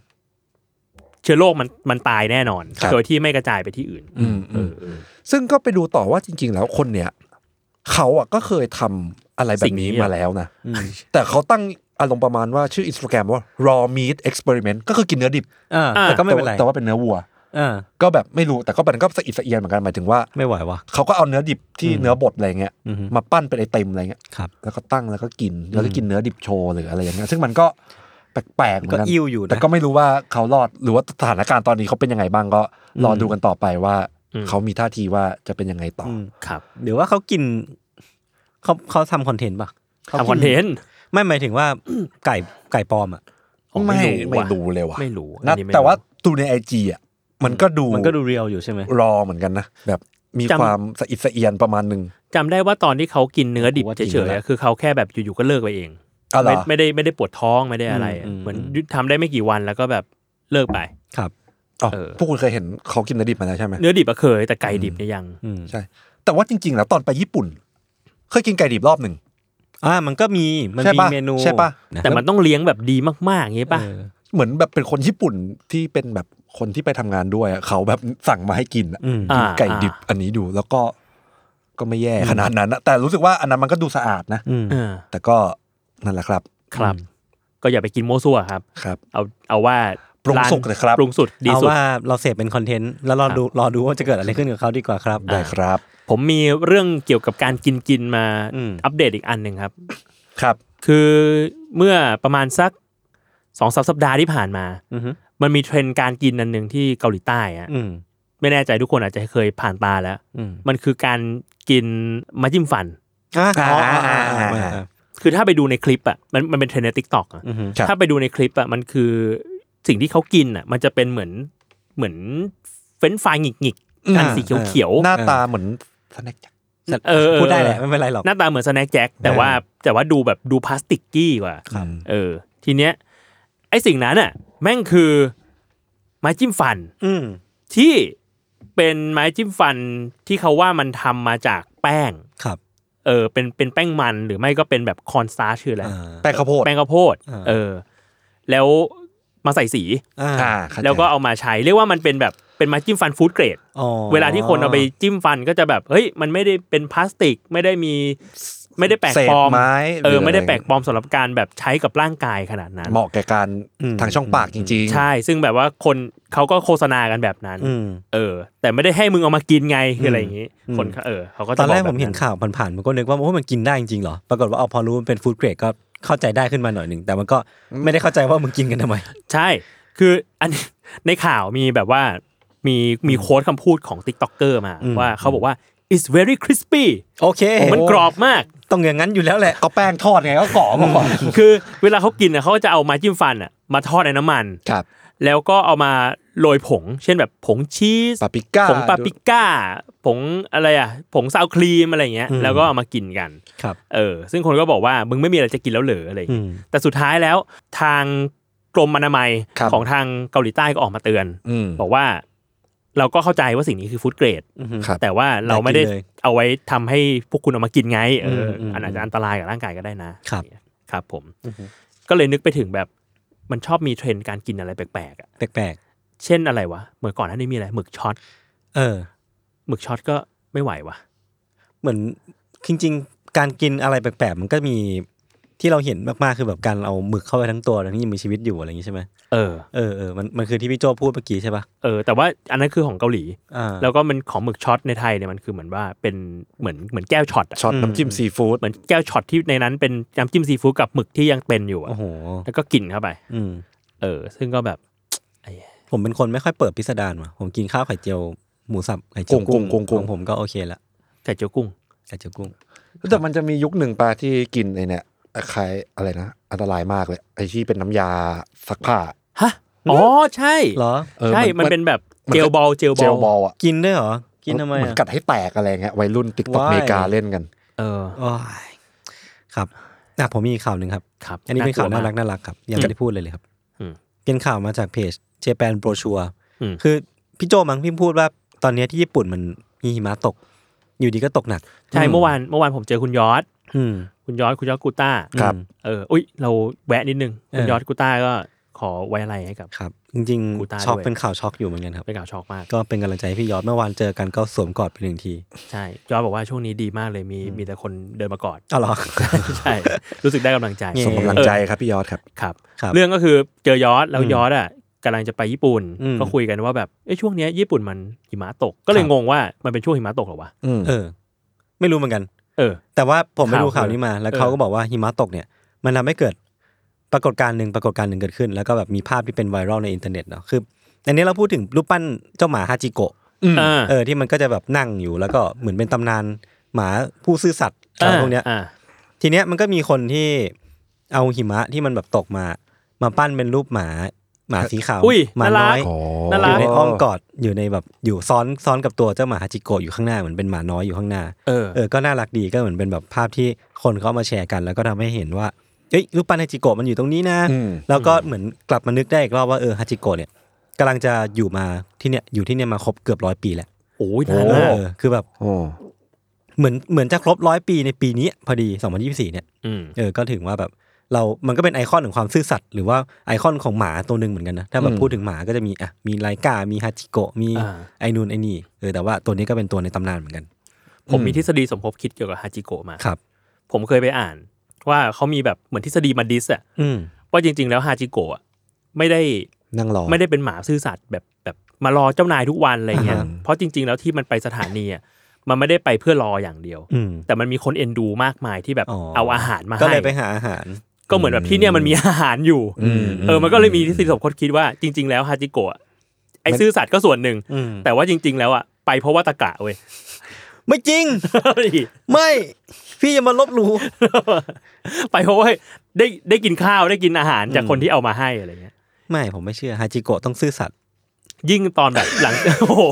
Speaker 3: เชื้อโรคมันมันตายแน่นอน
Speaker 4: ครับ
Speaker 3: โดยที่ไม่กระจายไปที่อื่น
Speaker 4: อืม
Speaker 3: เอ
Speaker 4: อืม
Speaker 3: อเออ
Speaker 4: ซึ่งก็ไปดูต่อว่าจริง ๆ แล้วคนเนี่ย เขาอ่ะก็เคยทำอะไรแบ
Speaker 3: สิ่
Speaker 4: บ
Speaker 3: งนี้
Speaker 4: นี้
Speaker 3: อะ
Speaker 4: มาแล้วนะ
Speaker 2: อืม
Speaker 4: แต่เขาตั้งอารมณ์ประมาณว่าชื่ออินสตาแกรมว่า raw meat experiment ก็คือกินเนื้อดิบ
Speaker 2: อ่า
Speaker 3: อ่า
Speaker 2: แต่ก็ไม่เป็นไร
Speaker 4: แต่ว่าเป็นเนื้อวัว
Speaker 2: อ่า
Speaker 4: ก็แบบไม่รู้แต่ก็มันก็สะอิดสะเอียนเหมือนกันหมายถึงว่า
Speaker 2: ไม่ไหววะ
Speaker 4: เขาก็เอาเนื้อดิบที่
Speaker 2: อืม
Speaker 4: เนื้อบดอะไรเงี้ย
Speaker 2: อืม
Speaker 4: มาปั้นเป็นไอติมอะไรเงี้ย
Speaker 2: ครับ
Speaker 4: แล้วก็ตั้งแล้วก็กินแล้วก็กินเนื้อดิบโชว์หรืออะไรอย่างเงี้ยซึ่งมันก็แปลกๆเหมือน
Speaker 2: ก็
Speaker 4: กัน
Speaker 2: อิ่วอยู่นะ
Speaker 4: แต่ก็ไม่รู้ว่าเขารอดหรือว่าสถานการณ์ตอนนี้เขาเป็นยังไงบ้างก็รอดูกันต่อไปว่า
Speaker 3: อืม
Speaker 4: เขามีท่าทีว่าจะเป็นยังไงต่ออ
Speaker 2: ม
Speaker 3: ครับ
Speaker 2: หรือว่าเขากินเขาเขาทำคอนเทนต์ปะขากิ
Speaker 3: ทำคอนเทนต์
Speaker 2: ไม่หมายถึงว่าไก่ไก่ปลอมอ่ะ
Speaker 3: อ๋อ
Speaker 4: ไม่ไม่
Speaker 3: ว่ะ
Speaker 4: ดูเลยว่ะ
Speaker 3: ไม่รู้
Speaker 4: นะ
Speaker 3: อัไม่
Speaker 4: แต่ว่า
Speaker 3: รู้
Speaker 4: ดูในไอจีอ่ะมันก็ดู
Speaker 2: มันก็ดูเรียลอยู่ใช่ไหม
Speaker 4: รอเหมือนกันนะแบบมี
Speaker 3: จำ
Speaker 4: ความสะอิดสะเอียนประมาณหนึ่ง
Speaker 3: จำได้ว่าตอนที่เขากินเนื้อดิบ
Speaker 2: ผมว่าจริง
Speaker 3: เฉยๆ
Speaker 2: แล้
Speaker 3: อะ
Speaker 2: ว
Speaker 3: คือเขาแค่แบบอยู่ๆก็เลิกไปเอง
Speaker 4: อ๋อเหร
Speaker 3: ไม่
Speaker 4: อ
Speaker 3: ไม่ได้ไม่ได้ปวดท้องไม่ได้อะไรอะ
Speaker 2: อืมอืม
Speaker 3: เหมือนทำได้ไม่กี่วันแล้วก็แบบเลิกไป
Speaker 2: ครับ
Speaker 4: อ๋อ
Speaker 3: เออ
Speaker 4: พวกคุณเคยเห็นเขากินเนื้อดิบมาแล้วใช่ไหม
Speaker 3: เนื้อดิบอะเคยแต่ไก่ดิบเนี่ยยัง
Speaker 2: อืม
Speaker 4: ใช่ แต่ว่าจริง ๆ แล้วตอนไปญี่ปุ่น เคยกินไก่ดิบรอบหนึ่ง
Speaker 2: อ่ามันก็มีมัน
Speaker 4: ใช่
Speaker 2: มี
Speaker 4: ปะ
Speaker 2: เมนู
Speaker 4: ใช่ปะ
Speaker 3: แต่มันต้องเลี้ยงแบบดีมากๆอย่างงี้ป่ะ
Speaker 2: เออ
Speaker 4: เหมือนแบบเป็นคนญี่ปุ่นที่เป็นแบบคนที่ไปทำงานด้วยอะเขาแบบสั่งมาให้กินอะ
Speaker 2: อืม
Speaker 3: อ่า
Speaker 4: ไก่ดิบอันนี้ดูแล้วก็ก็ไม่แย่ขนาดนั้นนะแต่รู้สึกว่าอันนั้นมันก็ดูสะอาดนะ
Speaker 2: อืม
Speaker 3: อ่า
Speaker 4: แต่ก็นั่นแหละครับ
Speaker 3: ครับ ก็อย่าไปกินโมวซั่วครับ
Speaker 4: ครับ
Speaker 3: เอาเอาว่า
Speaker 4: ปรุงสุกเลยครับ
Speaker 3: ปรุงสุดดี
Speaker 2: เอา
Speaker 3: สุด
Speaker 2: ว่าเราเสพเป็นคอนเทนต์แล้วรอดูรอดูว่าจะเกิดอะไรขึ้นกับเขาดีกว่าครับ
Speaker 4: ได้ครับ
Speaker 3: ผมมีเรื่องเกี่ยวกับการกินกินมา
Speaker 2: อืม
Speaker 3: อัปเดตอีกอันหนึ่งครับ
Speaker 4: ครับ
Speaker 3: คือเมื่อประมาณสักสองสามสัปดาห์ที่ผ่านมา
Speaker 2: อือฮึ
Speaker 3: มันมีเทรนด์การกินอันหนึ่งที่เกาหลีใต้อะ
Speaker 2: อืม
Speaker 3: ไม่แน่ใจทุกคนอาจจะเคยผ่านตาแล้ว
Speaker 2: อืม
Speaker 3: มันคือการกินมาจิ้มฟัน
Speaker 2: อ่าอ๋ออ่าอ่า
Speaker 4: อ่า
Speaker 2: อ่า
Speaker 3: คือถ้าไปดูในคลิปอ่ะมันมันเป็นเทรนด์ในทิกตอก
Speaker 2: อือฮึ
Speaker 4: ครับ
Speaker 3: ถ้าไปดูในคลิปอ่ะมันคือสิ่งที่เขากินอ่ะ มันจะเป็นเหมือนเหมือนเฟ้นช์ฟรายหงิกหงิกๆอันสีเขียวเขียวๆ
Speaker 4: หน้าตาเหมือนสแน็คจักร
Speaker 3: เออ
Speaker 2: พูดได้แหละไม่เป็นไรหรอก
Speaker 3: หน้าตาเหมือนสแน็คแจ็คแต่ว่าแต่ว่าดูแบบดูพลาสติกกี้กว่า
Speaker 2: ครับ
Speaker 3: เออ ทีเนี้ยไอสิ่งนั้นอ่ะแม่งคือไม้จิ้มฟัน
Speaker 2: อืม
Speaker 3: ที่เป็นไม้จิ้มฟันที่เขาว่ามันทำมาจากแป้ง
Speaker 2: ครับ
Speaker 3: เออ เป็นเป็นแป้งมันหรือไม่ก็เป็นแบบคอนสตาร์ชื่ออะไร
Speaker 2: อ่า
Speaker 4: แป้งข้าวโพด
Speaker 3: แป้งข้าวโพด
Speaker 2: อ่า
Speaker 3: เออ แล้วมาใส่สี
Speaker 2: อ่า
Speaker 4: อ่าเข้าใจ
Speaker 3: แล้วก็เอามาใช้เรียกว่ามันเป็นแบบเป็นไม้จิ้มฟันฟู้ดเกรด
Speaker 2: อ๋อ
Speaker 3: เวลาที่คนเอาไปจิ้มฟันก็จะแบบเฮ้ยมันไม่ได้เป็นพลาสติกไม่ได้มีไม่ได้แปลก
Speaker 4: เศษ
Speaker 3: ปลอม
Speaker 4: ไม้
Speaker 3: เอ
Speaker 4: หรือ อะร
Speaker 3: ไม่ได้แปลกปลอมสำหรับการแบบใช้กับร่างกายขนาดนั้น
Speaker 4: เหมาะแก่การทางช่องปากจริงๆ
Speaker 3: ใช่ ซึ่งแบบว่าคนเขาก็โฆษณากันแบบนั้น
Speaker 2: อืม
Speaker 3: เออ แต่ไม่ได้ให้มึงเอามากินไงคืออะไรอย่างนี้
Speaker 2: อืม
Speaker 3: คนเขาเออเขาก็จะ
Speaker 2: ตอนแรก
Speaker 3: บ
Speaker 2: ผมเห็น
Speaker 3: บบ
Speaker 2: ข่าวผ่านๆผมก็นึกว่าโอ้มันกินได้จริงๆเหรอ ปรากฏว่าเอาพอรู้มันเป็นฟู้ดเกรดก็เข้าใจได้ขึ้นมาหน่อยหนึ่งแต่มันก็ไม่ได้เข้าใจว่ามึงกินกันทำไม
Speaker 3: ใช่ คืออัน ในข่าวมีแบบว่ามีมีโค้ดคำพูดของ t ิ k t o k e r มา
Speaker 2: อืม
Speaker 3: ว่าเขาบอกว่า it's very crispy
Speaker 2: โอเค
Speaker 3: มันกรอบมาก
Speaker 2: ต้องอย่างนั้นอยู่แล้วแหละ
Speaker 4: ก็แป้งทอดไงก็กรอบมาก่อน
Speaker 3: คือเวลาเขากินน่ะเขาก็จะเอาไม้จิ้มฟันอ่ะมาทอดในน้ำมัน
Speaker 4: ครับ
Speaker 3: แล้วก็เอามาโรยผง เช่นแบบผงชีส
Speaker 4: ปาปริก้า
Speaker 3: ผงปาปริก้า ผงอะไรอ่ะ ผงซาวครีมอะไรอย่างเงี้ย
Speaker 2: อืม
Speaker 3: แล้วก็เอามากินกัน
Speaker 2: ครับ
Speaker 3: เออ ซึ่งคนก็บอกว่า มึงไม่มีอะไรจะกินแล้วเหรออะไรอย่าง
Speaker 2: อื
Speaker 3: เงี้ย
Speaker 2: ม
Speaker 3: แต่สุดท้ายแล้วทางกรมอนามัย
Speaker 4: ครับ
Speaker 3: ของทางเกาหลีใต้ก็ออกมาเตือน
Speaker 4: อืม
Speaker 3: บอกว่า เราก็เข้าใจว่าสิ่งนี้คือฟู้ดเกรด
Speaker 4: ครับ
Speaker 3: แต่ว่าเราไม่ได้
Speaker 2: ได้กินเลย
Speaker 3: เอาไว้ทำให้พวกคุณเอามากินไง เอออ
Speaker 2: ม
Speaker 3: อันอาจจะอันตรายกับร่างกายก็ได้นะครับ ครับผม ก็เลยนึกไปถึงแบบมันชอบมีเทรนด์การกินอะไรแปลกๆอะ
Speaker 2: แปลก
Speaker 3: เช่นอะไรวะเหมือนก่อนหน้านี้มีอะไรหมึกช็อต
Speaker 2: ๆเออ
Speaker 3: หมึกช็อตก็ไม่ไหววะ
Speaker 2: เหมือนจริงๆ การกินอะไรแปลกๆ มันก็มีที่เราเห็นมากๆ คือแบบการเอาหมึกเข้าไปทั้งตัวแล้วนี่ยังมีชีวิตอยู่อะไรอย่างนี้ใช่ไหม
Speaker 3: เออ
Speaker 2: เออเออมันมันคือที่พี่โจพูดเมื่อกี้ใช่ปะ
Speaker 3: เออ แต่ว่าอันนั้นคือของเกาหลี
Speaker 2: อ่า
Speaker 3: แล้วก็มันของหมึกช็อตในไทยเนี่ยมันคือเหมือนว่าเป็นเหมือนเหมือนแก้วช็อตอะ
Speaker 4: ช็อตน้ำจิ้มซีฟู้ด
Speaker 3: เหมือนแก้วช็อตที่ในนั้นเป็นน้ำจิ้มซีฟู้ดกับหมึกที่ยังเป็นอยู่อะ
Speaker 2: โอ้โห
Speaker 3: แล้วก็กินเข้าไป
Speaker 2: อืม
Speaker 3: เออ ซึ่งก็แบบ
Speaker 2: ผมเป็นคนไม่ค่อยเปิดพิสดารว่ะผมกินข้าวไข่เจียวหมูสับไข่เจียวกุ้งของผมก็โอเคละ
Speaker 3: ไข่เจียวกุ้ง
Speaker 2: ไข่เจียวกุ้ง
Speaker 4: แต่มันจะมียุคหนึ่งปลาที่กินไอเนี่ยคล้ายอะไรนะ อันตรายมากเลยไอที่เป็นน้ำยาซักผ้า
Speaker 3: ฮะ อ๋อ ใช่
Speaker 2: เหรอ
Speaker 4: เออ
Speaker 3: ใช่
Speaker 4: มัน
Speaker 3: มั
Speaker 4: มั
Speaker 3: น
Speaker 4: น
Speaker 3: เป็นแบบ
Speaker 4: มัน
Speaker 3: เจลบอลเจลบ
Speaker 4: เจ
Speaker 3: อ
Speaker 4: ล
Speaker 3: ล
Speaker 4: บอลอ่ะ
Speaker 2: กินได้วยเหรอ กินทำไม
Speaker 4: เหมือ
Speaker 2: อะ
Speaker 4: นกัดให้แตกอะไรเงี้ยวัยรุ่นติ๊กต็อก
Speaker 2: Why?
Speaker 4: อเมริกาเล่นกัน
Speaker 3: เออ
Speaker 2: โอ้ยครับอ่ะผมมีอีกข่าวหนึ่งครับ
Speaker 3: ครับ
Speaker 2: อันนี้เป็นข่าวน่ารัก
Speaker 3: กลัวม
Speaker 2: น่ารักครับ ยังไม่ได้พูดเลยเลยครับ
Speaker 3: อืม
Speaker 2: เป็นข่าวมาจากเพจ Japan Brochure
Speaker 3: อืม
Speaker 2: คือพี่โจมั้งพี่พูดว่าตอนเนี้ยที่ญี่ปุ่นมันมีหิมะตก อยู่ดีก็ตกหนัก
Speaker 3: ใช่เมื่อวานเมื่อวานผมเจอคุณยอด
Speaker 2: อืม
Speaker 3: คุณยอดคุณยอดกูต้า
Speaker 4: ครับ
Speaker 3: เอออุ้ยเราแวะนิดนึง คุณ
Speaker 2: เออ
Speaker 3: ยอดกูต้าก็ขอไว้อะไรให้กับ
Speaker 2: ครับ จริง
Speaker 3: กูตาย
Speaker 2: ๆช็อก
Speaker 3: ด้วย
Speaker 2: เป็นข่าวช็อกอยู่เหมือนกันครับ
Speaker 3: เป็นข่าวช็อกมาก
Speaker 2: ก็เป็นกำลังใจให้พี่ยอดเมื่อวานเจอกันก็สวมกอดไปหนึ่งที
Speaker 3: ใช่ยอดบอกว่าช่วงนี้ดีมากเลยมีมีแต่คนเดินมาก อด
Speaker 2: อ๋อเหรอ
Speaker 3: ใช่ รู้สึกได้กำลังใจ
Speaker 2: เย้
Speaker 4: ส่งกำลังใจครับพี่ยอดครับ
Speaker 3: ครับ
Speaker 2: ครับ
Speaker 3: เรื่องก็คือเจอยอดแล้ว
Speaker 2: อืม
Speaker 3: ยอดอ่ะกำลังจะไปญี่ปุ่น
Speaker 2: อืม
Speaker 3: ก็คุยกันว่าแบบเอ้ยช่วงเนี้ยญี่ปุ่นมันหิมะตก ก็เล
Speaker 2: ค
Speaker 3: ย
Speaker 2: รับ
Speaker 3: งงว่ามันเป็นช่วงหิมะตกเหรอวะ
Speaker 4: อืม
Speaker 2: เออ ไม่รู้เหมือนกัน
Speaker 3: เออ
Speaker 2: แต่ว่าผมไปดู
Speaker 3: ข่า
Speaker 2: ข่าว วนี้มา แล้ว
Speaker 3: เออ
Speaker 2: เขาก็บอกว่าหิมะตกเนี่ย มันทำให้เกิดปรากฏการณ์หนึ่งปรากฏการณ์หนึ่งเกิดขึ้น แล้วก็แบบมีภาพที่เป็นไวรัลในอินเทอร์เน็ตเนาะคืออันนี้เราพูดถึงรูปปั้นเจ้าหมาฮาจิโกะ
Speaker 3: ออ่า
Speaker 2: เออที่มันก็จะแบบนั่งอยู่ แล้วก็เหมือนเป็นตำนานหมาผู้ซื่อสัตย์อะไรพวกเนี้ย
Speaker 3: อ่า
Speaker 2: ทีเนี้ยมันก็มีคนที่เอาหิมะที่มันแบบตกมา มาปั้นเป็นรูปหมาหมาสีขาว
Speaker 3: อุ๊ย
Speaker 2: หมา
Speaker 3: น่ารัก
Speaker 2: น้อย
Speaker 4: อ๋อ
Speaker 3: น่า
Speaker 2: อ
Speaker 3: รัก
Speaker 2: ยู่ในอ้อมกอดอยู่ในแบบอยู่ซ้อนซ้อนกับตัวเจ้าหมาฮาจิโกะอยู่ข้างหน้าเหมือนเป็นหมาน้อยอยู่ข้างหน้า
Speaker 3: เออ
Speaker 2: เออ ก็น่ารักดี ก็เหมือนเป็นแบบภาพที่คนเขาเอามาแชร์กัน แล้วก็ทำให้เห็นว่า เอ้ย รูปปั้นฮาจิโกะมันอยู่ตรงนี้นะ
Speaker 4: อืม
Speaker 2: แล้วก็เหมือนกลับมานึกได้อีกรอบว่าเออฮาจิโกะเนี่ยกำลังจะอยู่มาที่เนี่ย อยู่ที่เนี่ยมาครบเกือบร้อยปีแล้ว
Speaker 3: โอ้ยนานมาก
Speaker 2: เออ คือแบบ
Speaker 4: โอ้
Speaker 2: เหมือนเหมือนจะครบร้อยปีในปีนี้พอดี 2024 เนี่ย
Speaker 3: อืม
Speaker 2: เออ ก็ถึงว่าแบบเรา มันก็เป็นไอคอนของความซื่อสัตย์หรือว่าไอคอนของหมาตัวหนึ่งเหมือนกันนะ ถ้าแบบพูดถึงหมาก็จะมี อ่ะ มีไลกา มีฮาจิโกะ มี
Speaker 3: อ่า
Speaker 2: ไอนูนไอนี่ เออ แต่ว่าตัวนี้ก็เป็นตัวในตำนานเหมือนกัน
Speaker 3: ผมมีทฤษฎีสมคบคิดเกี่ยวกับฮาจิโกะมา
Speaker 2: ครับ
Speaker 3: ผมเคยไปอ่าน ว่าเขามีแบบเหมือนทฤษฎีมาดิสอะ
Speaker 2: อืม
Speaker 3: ว่าจริง ๆ แล้วฮาจิโกะอะไม่ได้
Speaker 2: นั่งรอ
Speaker 3: ไม่ได้เป็นหมาซื่อสัตย์แบบแบบมารอเจ้านายทุกวันอะไรเงี้ย
Speaker 2: อ่าฮะ
Speaker 3: เพราะจริง ๆ แล้วที่มันไปสถานีอะมันไม่ได้ไปเพื่อรออย่างเดียว
Speaker 2: อืม
Speaker 3: แต่มันมีคนเอ็นดูมากมายที่แบบ
Speaker 2: อ๋อ
Speaker 3: เอาอาหารมา
Speaker 2: ก็
Speaker 3: ให้
Speaker 2: เลยไปหาอาหาร
Speaker 3: ก็เหมือนแบบที่เนี่ยมันมีอาหารอยู่เออมันก็เลยมีทฤษฎีสมคบคิดว่าจริง ๆ แล้วฮาจิโกะอะไอซื่อสัตย์ก็ส่วนหนึ่ง
Speaker 2: อืม
Speaker 3: แต่ว่าจริง ๆ แล้วอะไปเพราะว่าตะกะเว้ย
Speaker 2: ไม่จริง ไม่ พี่อย่ามาลบหลู่
Speaker 3: ไปเพราะว่าได้ได้กินข้าวได้กินอาหารจากคนที่เอามาให้อะไรเงี้ย
Speaker 2: ไม่ผมไม่เชื่อฮาจิโกะต้องซื่อสัตย์
Speaker 3: ยิ่งตอนแบบห ลัง โอ้โห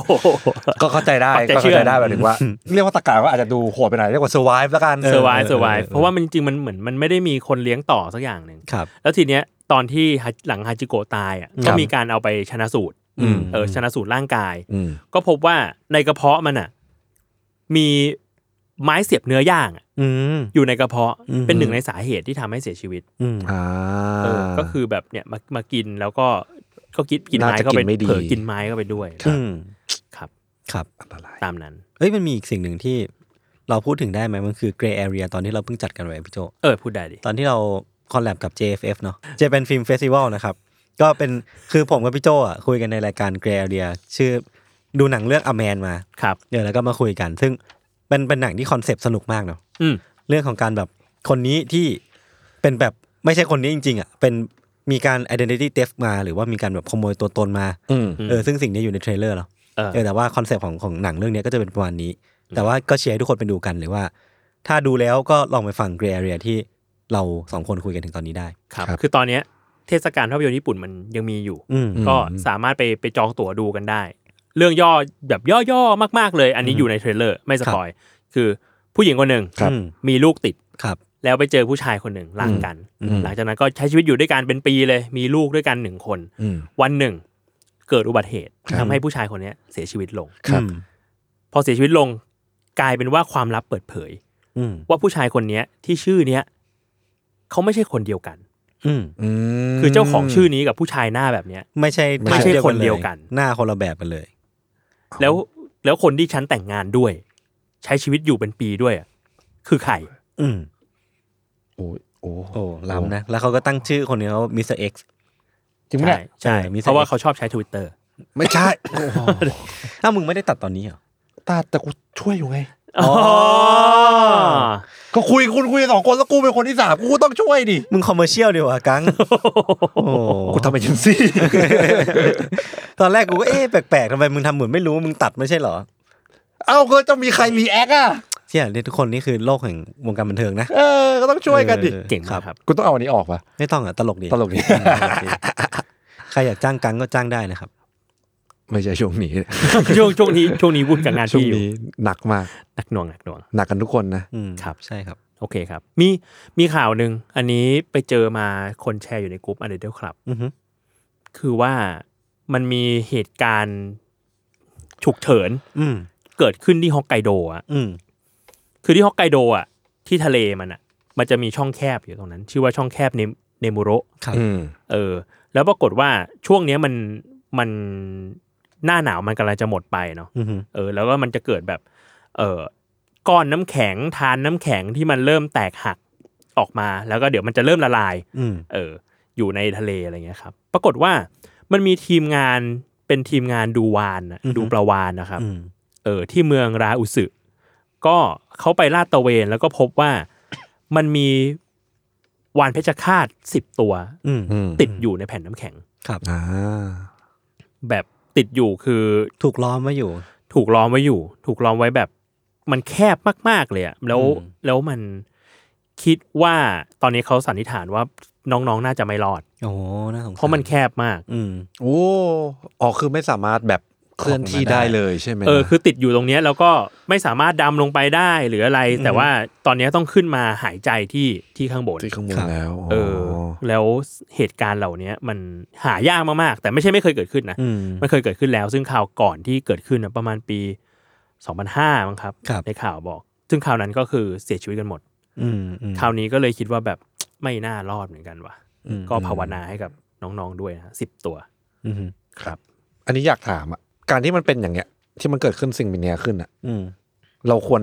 Speaker 4: ก็เข้าใจได้
Speaker 3: ปักใจ
Speaker 4: ก็
Speaker 3: เชื่
Speaker 4: เข้า
Speaker 3: อ
Speaker 4: ใจได้แบบถึงว่า เรียกว่าตะการว่าอาจจะดูโหดไปหน่อยเรียกว่า survive แล้วกัน
Speaker 3: เซอร์ไวส์เซอร์ไวส์เพราะว่ามันจริงๆมันเหมือนมันไม่ได้มีคนเลี้ยงต่อสักอย่างหนึ่ง
Speaker 2: ครับ
Speaker 3: แล้วทีเนี้ยตอนที่ฮาหลังฮาจิโกะตายอ่ะ
Speaker 2: ครั
Speaker 3: ก็
Speaker 2: บ
Speaker 3: มีการเอาไปชนะสูตร
Speaker 4: อืม
Speaker 3: เออชนะสูตรร่างกาย
Speaker 4: อืม
Speaker 3: ก็พบว่าในกระเพาะมันอ่ะมีไม้เสียบเนื้อย่างอะ
Speaker 2: อืม
Speaker 3: อยู่ในกระเพาะ
Speaker 2: อืม
Speaker 3: เป็นหนึ่งในสาเหตุที่ทำให้เสียชีวิต
Speaker 2: อืม
Speaker 4: อ่า
Speaker 3: เออก็คือแบบเนี่ยมามากินแล้วก็ก็กินกินไม้
Speaker 4: น่าจะ
Speaker 3: เข้าไป
Speaker 4: กินไม่ดี
Speaker 3: เผลอกินไม้เข้าไปด้วย
Speaker 2: อืม
Speaker 3: ครับ
Speaker 2: ครับ
Speaker 4: อันตราย
Speaker 3: ตามนั้น
Speaker 2: เอ้ยมันมีอีกสิ่งหนึ่งที่ เราพูดถึงได้ไหมมันคือ Gray Area ตอนที่เราเพิ่งจัดกันไว้พี่โจ
Speaker 3: เออ พูดได้ดิ
Speaker 2: ตอนที่เราคอลแลบกับ JFF เนาะ Japan Film Festival นะครับ ก็เป็นคือผมกับพี่โจอ่ะคุยกันในรายการ Gray Area ชื่อดูหนังเรื่องอแมนมา
Speaker 3: ครับ
Speaker 2: เดี๋ยวแล้วก็มาคุยกัน ซึ่งเป็นเป็นหนังที่คอนเซปต์สนุกมากเนาะ
Speaker 3: อืม
Speaker 2: เรื่องของการแบบคนนี้ที่เป็นแบบไม่ใช่คนนี้จริงๆอ่ะเป็นมีการ identity theft มา หรือว่ามีการแบบขโมยตัวตนมา
Speaker 4: อืม
Speaker 2: เออซึ่งสิ่งนี้อยู่ในเทรลเลอร์เนาะ
Speaker 3: เออ
Speaker 2: เออแต่ว่าคอนเซปต์ของของหนังเรื่องนี้ก็จะเป็นประมาณนี้ แต่ว่าก็เชียร์ให้ทุกคนไปดูกันหรือว่า ถ้าดูแล้วก็ลองไปฟัง Grey Area ที่เราสองคนคุยกันถึงตอนนี้ได้
Speaker 3: ครับ
Speaker 4: ครับ
Speaker 3: คือตอนเนี้ยเทศกาลภาพยนตร์ญี่ปุ่นมันยังมีอยู่
Speaker 2: อืม
Speaker 3: ก็สามารถไปไปจองตั๋วดูกันได้ เรื่องย่อแบบย่อๆ มาก ๆ เลย อันนี้อยู่ในเทรลเลอร์ ไม่สปอยคือผู้หญิงคนหนึ่ง
Speaker 2: ครับ
Speaker 3: มีลูกติด
Speaker 2: ครับ
Speaker 3: แล้วไปเจอผู้ชายคนหนึ่งรักกัน หลังจากนั้นก็ใช้ชีวิตอยู่ด้วยกันเป็นปีเลย มีลูกด้วยกันหนึ่งคน
Speaker 4: อืม
Speaker 3: วันหนึ่ง เกิดอุบัติเหตุ
Speaker 4: ครับ
Speaker 3: ทำให้ผู้ชายคนเนี้ยเสียชีวิตลง
Speaker 4: ครับ
Speaker 2: อืม
Speaker 3: พอเสียชีวิตลงกลายเป็นว่าความลับเปิดเผย
Speaker 2: อืม
Speaker 3: ว่าผู้ชายคนเนี้ยที่ชื่อเนี้ยเขาไม่ใช่คนเดียวกัน
Speaker 2: อืม
Speaker 4: อืม
Speaker 3: คือเจ้าของชื่อนี้กับผู้ชายหน้าแบบเนี้ย
Speaker 2: ไม่ใช่
Speaker 3: ไม่ใช่
Speaker 2: แบบ
Speaker 3: คนเดียวกัน
Speaker 2: ลหน้าคนละแบบกันเลย
Speaker 3: แล้วแล้วคนที่ฉันแต่งงานด้วย ใช้ชีวิตอยู่เป็นปีด้วยอะคือใคร
Speaker 2: อืม
Speaker 4: โอ้ยโอ้
Speaker 2: โอ้ล้ำนะแล้วเขาก็ตั้งชื่อคนนี้เขามิสเตอร์เอ็กซ์
Speaker 4: จริงไหม
Speaker 3: ใช่
Speaker 4: เนี่ย
Speaker 3: ใช่
Speaker 2: เออมี
Speaker 3: เพราะว่าเขาชอบใช้ทวิตเตอร์
Speaker 4: ไม่ใช่โอ้โห
Speaker 2: อ้าวมึงไม่ได้ตัดตอนนี้เหรอ
Speaker 4: ตาแต่กูช่วยอยู่ไง
Speaker 3: อ๋อ
Speaker 4: ก็คุยคุณคุยกันสองคนแล้วกูเป็นคนที่สามกูก็ต้องช่วยดิ
Speaker 2: มึงคอมเมอร์เชียลดีกว่ากัง โอ้โห
Speaker 4: กูทำเอเจนซี่
Speaker 2: ตอนแรกกูก็เอ๊ะแปลกๆทำไมมึงทำเหมือนไม่รู้มึงตัดไม่ใช่เหรอ
Speaker 4: เอ้าก็ต้องมีใครรีแอคอ่ะ
Speaker 2: เชี่ยเนี่ยทุกคนนี่คือโลกแห่งวงการบันเทิงนะ
Speaker 4: เออ ก็ต้องช่วยกันดิ
Speaker 2: ออ
Speaker 3: เก่งมากครับ
Speaker 4: กูต้องเอาอันนี้ออกปะ
Speaker 2: ไม่ต้องอ่ะตลกดี
Speaker 4: ตลกดิ
Speaker 2: ตลกดีใครอยากจ้างกังก็จ้างได้นะครับ
Speaker 4: ไม่ใช่ช่วงนี้
Speaker 3: ช่วงช่วงนี้ช่วงนี้วุ่นกับงาน
Speaker 4: ช่ว
Speaker 3: ที่
Speaker 4: ง
Speaker 3: อยู่
Speaker 4: นี้หนักมาก
Speaker 3: หนักหน่วงหนักหน่วง
Speaker 4: หนักกันทุกคนนะ
Speaker 2: อืม
Speaker 3: ครับ
Speaker 2: ใช่ครับ
Speaker 3: โอเคครับ มีมีข่าวหนึ่งอันนี้ไปเจอมาคนแชร์อยู่ในกลุ่มอันเดอร์ครับ
Speaker 2: อือฮึ
Speaker 3: คือว่ามันมีเหตุการณ์ฉุกเฉิน
Speaker 2: อืม
Speaker 3: เกิดขึ้นที่ฮอกไกโดอะ
Speaker 2: อืม
Speaker 3: คือที่ฮอกไกโดอะที่ทะเลมันอะมันจะมีช่องแคบอยู่ตรงนั้น ชื่อว่าช่องแคบเนมเนมูโระ
Speaker 2: ครับ
Speaker 4: อืม
Speaker 3: เออ แล้วปรากฏว่าช่วงเนี้ยมันมันหน้าหนาวมันกำลังจะหมดไปเนาะ
Speaker 2: อือฮึ
Speaker 3: เออแล้วก็มันจะเกิดแบบ เออก้อนน้ำแข็งทานน้ำแข็งที่มันเริ่มแตกหักออกมา แล้วก็เดี๋ยวมันจะเริ่มละลาย
Speaker 2: อืม
Speaker 3: เออ อยู่ในทะเลอะไรเงี้ยครับ ปรากฏว่ามันมีทีมงานเป็นทีมงานดูวานน่ะดูปลาวานนะครับ
Speaker 2: อืม
Speaker 3: เออที่เมืองราอุสึก็เขาไปลาดตระเวนแล้วก็พบว่ามันมีวานเพชฌฆาตสิบตัว
Speaker 2: อืม
Speaker 4: อืม
Speaker 3: ติดอยู่ในแผ่นน้ำแข็ง
Speaker 2: ครับ
Speaker 4: อ่า
Speaker 3: แบบติดอยู่คือ
Speaker 2: ถูกล้อมไว้อยู่
Speaker 3: ถูกล้อมไว้อยู่ ถูกล้อมไว้แบบ มันแคบมาก ๆ เลยอะแล้ว
Speaker 2: อืม
Speaker 3: แล้วมันคิดว่าตอนนี้เขาสันนิษฐานว่าน้องๆ น่าจะไม่รอด
Speaker 2: โอ้โหน่าสงสาร
Speaker 3: เพราะมันแคบมาก
Speaker 2: อืม
Speaker 4: โอ้อ๋อคือไม่สามารถแบบเคลื่อนที่ได้เลยใช่ไหม
Speaker 3: เออ คือติดอยู่ตรงเนี้ยแล้วก็ไม่สามารถดำลงไปได้หรืออะไร แต่ว่าตอนเนี้ยต้องขึ้นมาหายใจที่ที่ข้างบน
Speaker 4: ที่ข้างบน
Speaker 2: ครับ
Speaker 4: แล้ว
Speaker 3: เออ แล้วเหตุการณ์เหล่าเนี้ยมันหายากมากๆ แต่ไม่ใช่ไม่เคยเกิดขึ้นนะ
Speaker 2: อืม
Speaker 3: มันเคยเกิดขึ้นแล้ว ซึ่งข่าวก่อนที่เกิดขึ้นน่ะประมาณปี 2005มั้งครับ
Speaker 2: ครับ
Speaker 3: ในข่าวบอก ซึ่งข่าวนั้นก็คือเสียชีวิตกันหมด
Speaker 2: อืมอืม
Speaker 3: คราวนี้ก็เลยคิดว่าแบบ ไม่น่ารอดเหมือนกันว่ะ
Speaker 2: อืม
Speaker 3: ก็ภาวนาให้กับน้องๆด้วยนะสิบตัว
Speaker 2: อืม
Speaker 4: อันนี้อยากถามอ่ะ การที่มันเป็นอย่างเงี้ย ที่มันเกิดขึ้นสิ่งเป็นเนี้ยขึ้นอ่ะ
Speaker 2: อืม
Speaker 4: เราควร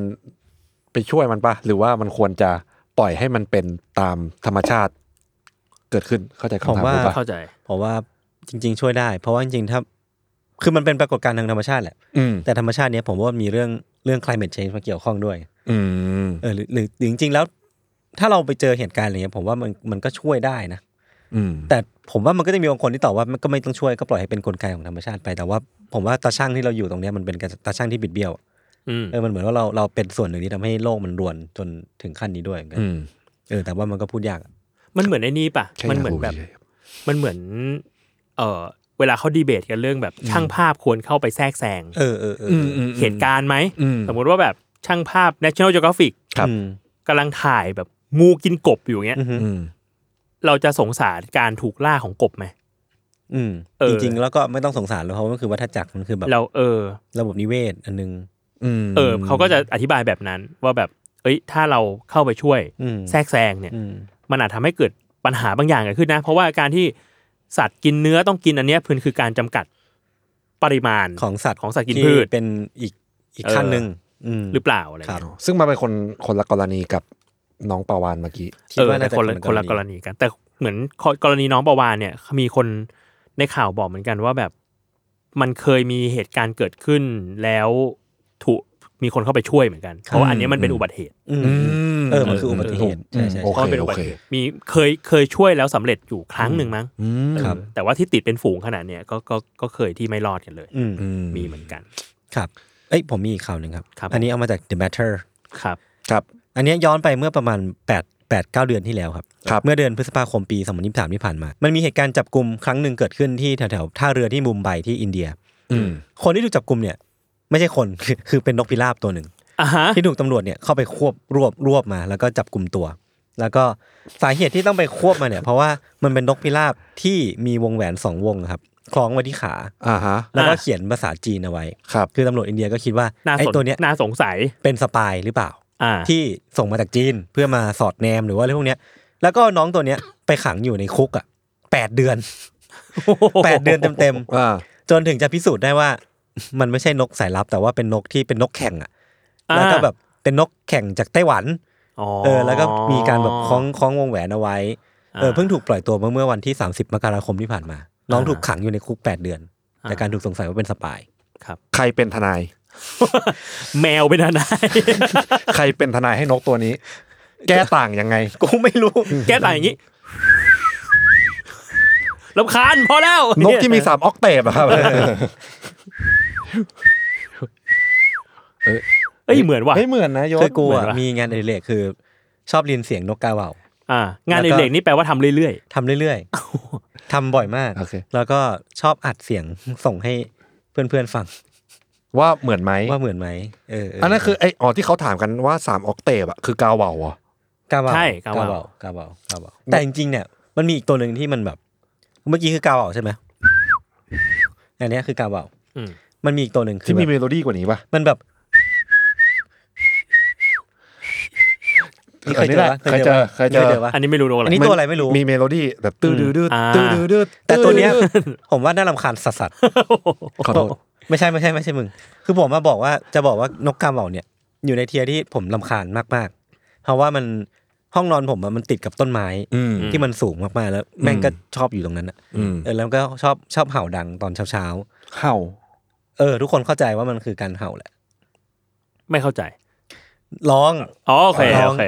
Speaker 4: ไปช่วยมันปะหรือว่ามันควรจะปล่อยให้มันเป็นตามธรรมชาติ เกิดขึ้นเข้าใจคำถาม
Speaker 2: ผมว่า
Speaker 4: ผมปะ
Speaker 3: เข้าใจ
Speaker 2: ผมว่าจริง ๆ ช่วยได้ เพราะว่าจริงๆถ้าคือมันเป็นปรากฏการณ์ทางธรรมชาติแหละ
Speaker 4: อืม
Speaker 2: แต่ธรรมชาติเนี้ยผมว่ามีเรื่องเรื่อง climate change มาเกี่ยวข้องด้วย
Speaker 4: อืม
Speaker 2: เออหรือหรือหรือจริงๆแล้ว ถ้าเราไปเจอเหตุการณ์อะไรเงี้ยผมว่ามันมันก็ช่วยได้นะ
Speaker 4: อืม
Speaker 2: แต่ผมว่ามันก็จะมีบางคนที่ตอบว่ามันก็ไม่ต้องช่วยก็ปล่อยให้เป็นกลไกของธรรมชาติไปแต่ว่าผมว่าตาช่างที่เราอยู่ตรงเนี้ยมันเป็นตาช่างที่บิดเบี้ยว
Speaker 3: อืม
Speaker 2: เออมันเหมือนว่าเราเราเป็นส่วนหนึ่งที่ทำให้โลกมันรวนจนถึงขั้นนี้ด้วยเหมือนกัน
Speaker 4: อืม
Speaker 2: เออแต่ว่ามันก็พูดยากอะ
Speaker 3: มันเหมือนไอ้นี่ปะ
Speaker 4: แค่
Speaker 3: มันเหมือน
Speaker 4: ยากรู้
Speaker 3: แบบ
Speaker 4: เฉย
Speaker 3: มันเหมือน เออเวลาเขาดีเบตกันเรื่องแบบช่างภาพควรเข้าไปแทรกแซง
Speaker 2: เออเออเออ
Speaker 4: ๆอืมอืมอืม
Speaker 3: เหตุการณ์ไหม
Speaker 4: อืม
Speaker 3: สมมุติว่าแบบช่างภาพ National Geographic
Speaker 4: ครับ
Speaker 2: อืม
Speaker 3: กำลังถ่ายแบบงูกินกบอยู่เงี้ย
Speaker 2: อือฮึ
Speaker 4: อืม
Speaker 3: เราจะสงสารการถูกล่าของกบไหม
Speaker 2: อืม
Speaker 3: เออ
Speaker 2: จริงๆแล้วก็ไม่ต้องสงสารหรอกเพราะว่ามันคือวัฏจักรมันคือแบบ
Speaker 3: เราเออ
Speaker 2: ระบบนิเวศอันนึง
Speaker 4: อืม
Speaker 3: เออเขาก็จะอธิบายแบบนั้นว่าแบบ เอ้ย ถ้าเราเข้าไปช่วย
Speaker 2: อืม
Speaker 3: แทรกแซงเนี่ย
Speaker 2: อืม
Speaker 3: มันอาจทำให้เกิดปัญหาบางอย่างเกิดขึ้นนะ เพราะว่าการที่สัตว์กินเนื้อต้องกินอันเนี้ยพื้นคือการจำกัดปริมาณ
Speaker 2: ของสัตว์
Speaker 3: ของสัตว์กิน
Speaker 2: ที่
Speaker 3: พืช
Speaker 2: เป็นอีกอีก
Speaker 3: เออ
Speaker 2: ขั้นหนึ่งม
Speaker 3: หรือเปล่าอะไร
Speaker 2: ครับ
Speaker 3: เงี้ย
Speaker 4: ซึ่งมันเป็นคนคนละกรณีกับน้องปาวานเมื่อกี้
Speaker 3: เออแต่คนละ
Speaker 2: จ
Speaker 3: คนละกรณีกัน แต่เหมือนกรณีน้องประวานเนี่ยมีคนในข่าวบอกเหมือนกันว่าแบบมันเคยมีเหตุการณ์เกิดขึ้นแล้วถูกมีคนเข้าไปช่วยเหมือนกันเพราะว่าอันเนี้ยมันเป็นอุบัติเหตุ
Speaker 2: อืมเออมันคืออุบัติเหตุใช่ใช่
Speaker 4: โอเค
Speaker 3: เพ
Speaker 2: ใช่
Speaker 3: ราะมันเป็นอุบัติเหตุมีเคยเคยช่วยแล้วสำเร็จอยู่ครั้งหนึ่งมั้ง
Speaker 4: อืม
Speaker 2: ครับ
Speaker 3: แต่ว่าที่ติดเป็นฝูงขนาดเนี้ยก็ก็ก็เคยที่ไม่รอดกันเลย
Speaker 2: อืม
Speaker 4: อืม
Speaker 3: มีเหมือนกัน
Speaker 2: ครับ เอ้ยผมมีอีกข่าวหนึ่งครับ
Speaker 3: ครับ
Speaker 2: อันนี้เอามาจาก The Matter
Speaker 3: ครับ
Speaker 4: ครับ
Speaker 2: อันเนี้ยย้อนไปเมื่อประมาณ8 8 9 เดือนที่แล้วครับ
Speaker 4: ครับ
Speaker 2: เมื่อเดือนพฤษภาคมปี 2023 ที่ผ่านมา มันมีเหตุการณ์จับกลุ่มครั้งหนึ่งเกิดขึ้นที่แถวๆท่าเรือที่มุมไบที่อินเดีย
Speaker 4: อืม
Speaker 2: คนที่ถูกจับกลุ่มเนี่ย ไม่ใช่คน คือคือเป็นนกพิราบตัวหนึ่ง
Speaker 3: อ่าฮะ
Speaker 2: ที่ถูกตำรวจเนี่ยเข้าไปควบรวบรวบมา แล้วก็จับกลุ่มตัว แล้วก็สาเหตุที่ต้องไปควบมาเนี่ย เพราะว่ามันเป็นนกพิราบที่มีวงแหวนสองวงครับ คล้องไว้ที่ขา
Speaker 4: อ่าฮะ
Speaker 2: แล้วก็
Speaker 3: อ่า
Speaker 2: เขียนภาษาจีนเอาไว้
Speaker 4: ครับ
Speaker 2: คือตำรวจอินเดียก็คิดว่า
Speaker 3: น่า
Speaker 2: ไอ้
Speaker 3: สน
Speaker 2: ตัวเนี้ย
Speaker 3: น่าสงสัย
Speaker 2: เป็นสปายหรือเปล่า
Speaker 3: อ่า
Speaker 2: ที่ส่งมาจากจีนเพื่อมาสอดแนมหรือว่าอะไรพวกเนี้ย แล้วก็น้องตัวเนี้ยไปขังอยู่ในคุกอ่ะแปดเดือนแปดเดือนเต็ม
Speaker 4: อ่า
Speaker 2: ๆจนถึงจะพิสูจน์ได้ว่า มันไม่ใช่นกสายลับ แต่ว่าเป็นนกที่เป็นนกแข่งอ่ะ
Speaker 3: อ่า
Speaker 2: แล้วก็แบบเป็นนกแข่งจากไต้หวัน
Speaker 3: อ๋อ
Speaker 2: เออแล้วก็มีการแบบคล้องคล้องวงแหวนเอาไว้เออเพิ่งถูกปล่อยตัวมาเมื่อวันที่ 30 มกราคมที่ผ่านมา น้องถูกขังอยู่ในคุก 8 เดือนจากการถูกสงสัยว่าเป็นสปาย
Speaker 4: ใครเป็นท นาย
Speaker 3: แมวเป็นอะไร
Speaker 4: ใครเป็นทนายให้นกตัว นี้ แก้ต่างยังไง
Speaker 2: กูไม่รู้
Speaker 3: แก้ต่างอย่างนี้ลำคาญพอแล้ว
Speaker 4: นกที่มีสามออกเตปอะครับ
Speaker 3: เอ้ยเหมือนว่ะ
Speaker 4: ไม่เหมือนนะยศ
Speaker 2: คือกู
Speaker 3: เหมือ
Speaker 2: อะ
Speaker 3: นวะ
Speaker 2: มีงานอดิเรกคือ ชอบเรียนเสียงนกกาเหว่า
Speaker 3: อ่างานในเหล็กนี่แปลว่าทำเรื่อย
Speaker 2: ทำเรื่อยๆ ทำบ่อยมาก
Speaker 4: โอเค
Speaker 2: แล้วก็ชอบอัดเสียงส่งให้ เพื่อนๆฟัง
Speaker 4: ว่าเหมือนไหม
Speaker 2: ว่าเหมือนไหมเออเ
Speaker 4: อันนั้นคือไออ๋อที่เขาถามกันว่าสามออกเตปอะคือกาวเบาเหรอ
Speaker 2: กาวา
Speaker 3: ใช่
Speaker 2: กา
Speaker 3: า
Speaker 2: กาว
Speaker 3: วาว
Speaker 2: กาวากาวาแต่จริงๆเนี่ยมันมีอีกตัวหนึ่งที่มันแบบ เมื่อกี้คือกาวาใช่ไหมอันเนี้ยคือกาวา
Speaker 3: อืม
Speaker 2: มันมีอีกตัวหนึ่งคือ
Speaker 4: ที่มี
Speaker 2: แบบ
Speaker 4: เมโลดี้กว่านี้ปะ
Speaker 2: มันแบบนี่เคยเจอปะ
Speaker 4: เคยเจอเคยเจอ
Speaker 2: ปะ
Speaker 3: อันนี้ไม่รู้โดนอะ
Speaker 2: อั
Speaker 3: ไร
Speaker 2: นนี้ ตัวะไม่รู้
Speaker 4: มีเมโลดี้แบบตื้อดื้อดื้อ
Speaker 3: อ่า
Speaker 4: ตื้อดื้อดื้อ
Speaker 2: แต่ตัวเนี้ย
Speaker 4: ตื้อดื้อดื้
Speaker 2: ผมว่าน่ารำคาญสัสๆ
Speaker 4: ขอโทษ
Speaker 2: ไม่ใช่ไม่ใช่ไม่ใช่มึง คือผมมาบอกว่าจะบอกว่านกกาเหว่าเนี่ย อยู่ในเทียร์ที่ผมรำคาญมากๆ เพราะว่ามันห้องนอนผมอะมันติดกับต้นไม้
Speaker 4: ออืม
Speaker 2: ที่มันสูงมากๆ แล้วแม่งก็ชอบอยู่ตรงนั้นอะ
Speaker 4: อืม
Speaker 2: เออแล้วก็ชอบชอบเห่าดังตอนเช้า
Speaker 4: เห่า
Speaker 2: ๆเออ ทุกคนเข้าใจว่ามันคือการเห่าแหละ
Speaker 3: ไม่เข้าใจ
Speaker 2: ร้อง
Speaker 3: อ๋อโอเค
Speaker 2: ร้อง
Speaker 3: โอเค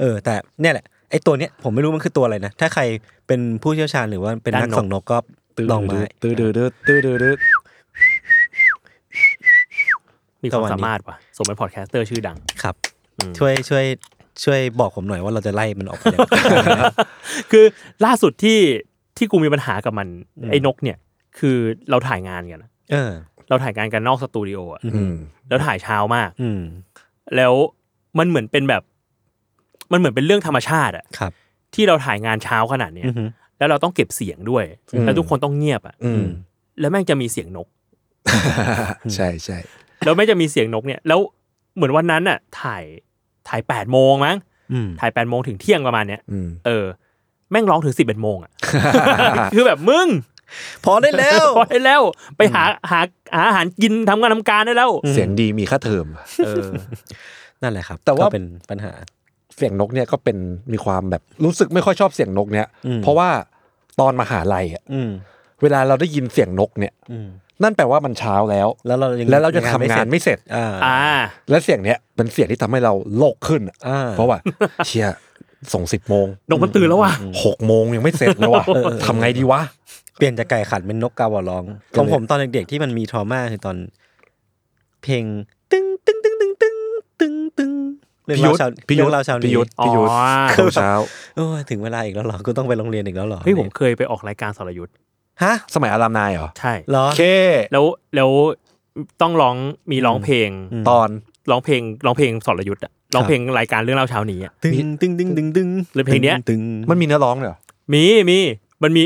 Speaker 2: เออ แต่เนี่ยแหละไอ้ตัวเนี้ยผมไม่รู้มันคือตัวอะไรนะถ้าใครเป็นผู้เชี่ยวชาญหรือว่าเป็นนั
Speaker 3: ด้า
Speaker 2: ก
Speaker 3: นนก
Speaker 2: ส่องนกก็
Speaker 4: ตื้อ
Speaker 2: ล
Speaker 4: ดื้อง
Speaker 2: อมา
Speaker 4: ดื้อตื้อดื้อดื้อตื้อดื้อดื้อ
Speaker 3: มีความ
Speaker 2: สวัสดี
Speaker 3: สามารถว่ะสมเป็นพอดแคสเตอร์ชื่อดัง
Speaker 2: ครับ
Speaker 3: อืม
Speaker 2: ช่วยช่วยช่วยบอกผมหน่อยว่าเราจะไล่มันออกไปยังไง
Speaker 3: คือล่าสุดที่ที่กูมีปัญหากับมัน
Speaker 2: อืม
Speaker 3: ไอ้นกเนี่ย คือเราถ่ายงานกันอะ
Speaker 2: เออ
Speaker 3: เราถ่ายงานกันนอกสตูดิโออะ
Speaker 2: อืม
Speaker 4: อืม
Speaker 3: แล้วถ่ายเช้ามาก
Speaker 2: อืม
Speaker 3: แล้วมันเหมือนเป็นแบบ มันเหมือนเป็นเรื่องธรรมชาติอะ
Speaker 2: ครับ
Speaker 3: ที่เราถ่ายงานเช้าขนาดเนี้ย
Speaker 2: อือฮึ
Speaker 3: แล้วเราต้องเก็บเสียงด้วย แล้วทุกคนต้องเงียบอะ
Speaker 4: อืม
Speaker 3: แล้วแม่งจะมีเสียงนก
Speaker 4: ใช่ใช่
Speaker 3: แล้วแม่งจะมีเสียงนกเนี่ย แล้วเหมือนวันนั้นอะถ่ายถ่ายแปดโมงมั้ง
Speaker 2: อืม
Speaker 3: ถ่ายแปดโมงถึงเที่ยงประมาณเนี้ย
Speaker 4: อืม
Speaker 3: เออ แม่งร้องถึงสิบเอ็ดโมง อะ คือแบบมึง
Speaker 2: พอได้แล้ว
Speaker 3: พอ ได้แล้วไปหาหาหาอาหารกินทำงานทำการได้แล้ว
Speaker 4: เสียงดีมีค่าเทอม
Speaker 3: เออ
Speaker 2: นั่นแหละครับ
Speaker 4: แต่ว่า
Speaker 2: ก็เป็นปัญหา
Speaker 4: เสียงนกเนี่ยก็เป็นมีความแบบรู้สึกไม่ค่อยชอบเสียงนกเนี่ย
Speaker 2: อืม
Speaker 4: เพราะว่าตอนมหาลัยอะ
Speaker 2: อืม
Speaker 4: เวลาเราได้ยินเสียงนกเนี่ย
Speaker 2: อืม
Speaker 4: นั่นแปลว่ามันเช้าแล้ว
Speaker 2: แล้วเรายัง
Speaker 4: แล้วเราจะทำงานไม่เสร็จ
Speaker 2: อ่า
Speaker 3: อ่า
Speaker 4: และเสียงเนี้ยเป็นเสียงที่ทำให้เราโลกขึ้นอะ
Speaker 2: อ่า
Speaker 4: เพราะว่า เชียส่งสิบโมง
Speaker 3: นกมันตื่นแล้วว่ะ
Speaker 4: หกโมงยังไม่เสร็จเลยว่ะทำไงดีวะ
Speaker 2: เปลี่ยนจากไก่ขัดเป็นนกกาวอร้อง
Speaker 4: ก็เลย
Speaker 2: ของผมตอนเด็กๆที่มันมีทรมาคือตอน เพลง ตึ้งตึ้งตึ้งตึ้งตึ้งตึ้งตึ้งเรื่องเราวชาว
Speaker 4: พี่ยุทธ
Speaker 2: เรื่องราวชาว
Speaker 4: พี่
Speaker 2: นี้
Speaker 4: ยุทธพี่ยุทธ
Speaker 3: อ๋อ
Speaker 4: ตอนเช้า
Speaker 2: โอ้ยถึงเวลาอีกแล้วเหรอกูต้องไปโรงเรียนอีกแล้วเหรอ
Speaker 3: เฮ้ยผมเคยไปออกรายการสรยุทธ์
Speaker 2: ฮะ
Speaker 4: สมัยอารามนายเหรอ
Speaker 3: ใช่
Speaker 2: เหรอ
Speaker 4: โอเค
Speaker 3: แล้วแล้วต้องร้องมีร้องเพลง
Speaker 2: อืม
Speaker 4: ตอน
Speaker 3: ร้องเพลงร้องเพลงสรยุทธ์อะร้องเพลงรายการเรื่องเล่าเช้านี้อะ
Speaker 2: ตึ้งตึ้งตึ้งตึ้งตึ้ง
Speaker 3: หรือเพลงเนี้ย
Speaker 2: ตึ้ง
Speaker 4: มันมีเนื้อร้องเลยเหรอ
Speaker 3: มีมีมันมี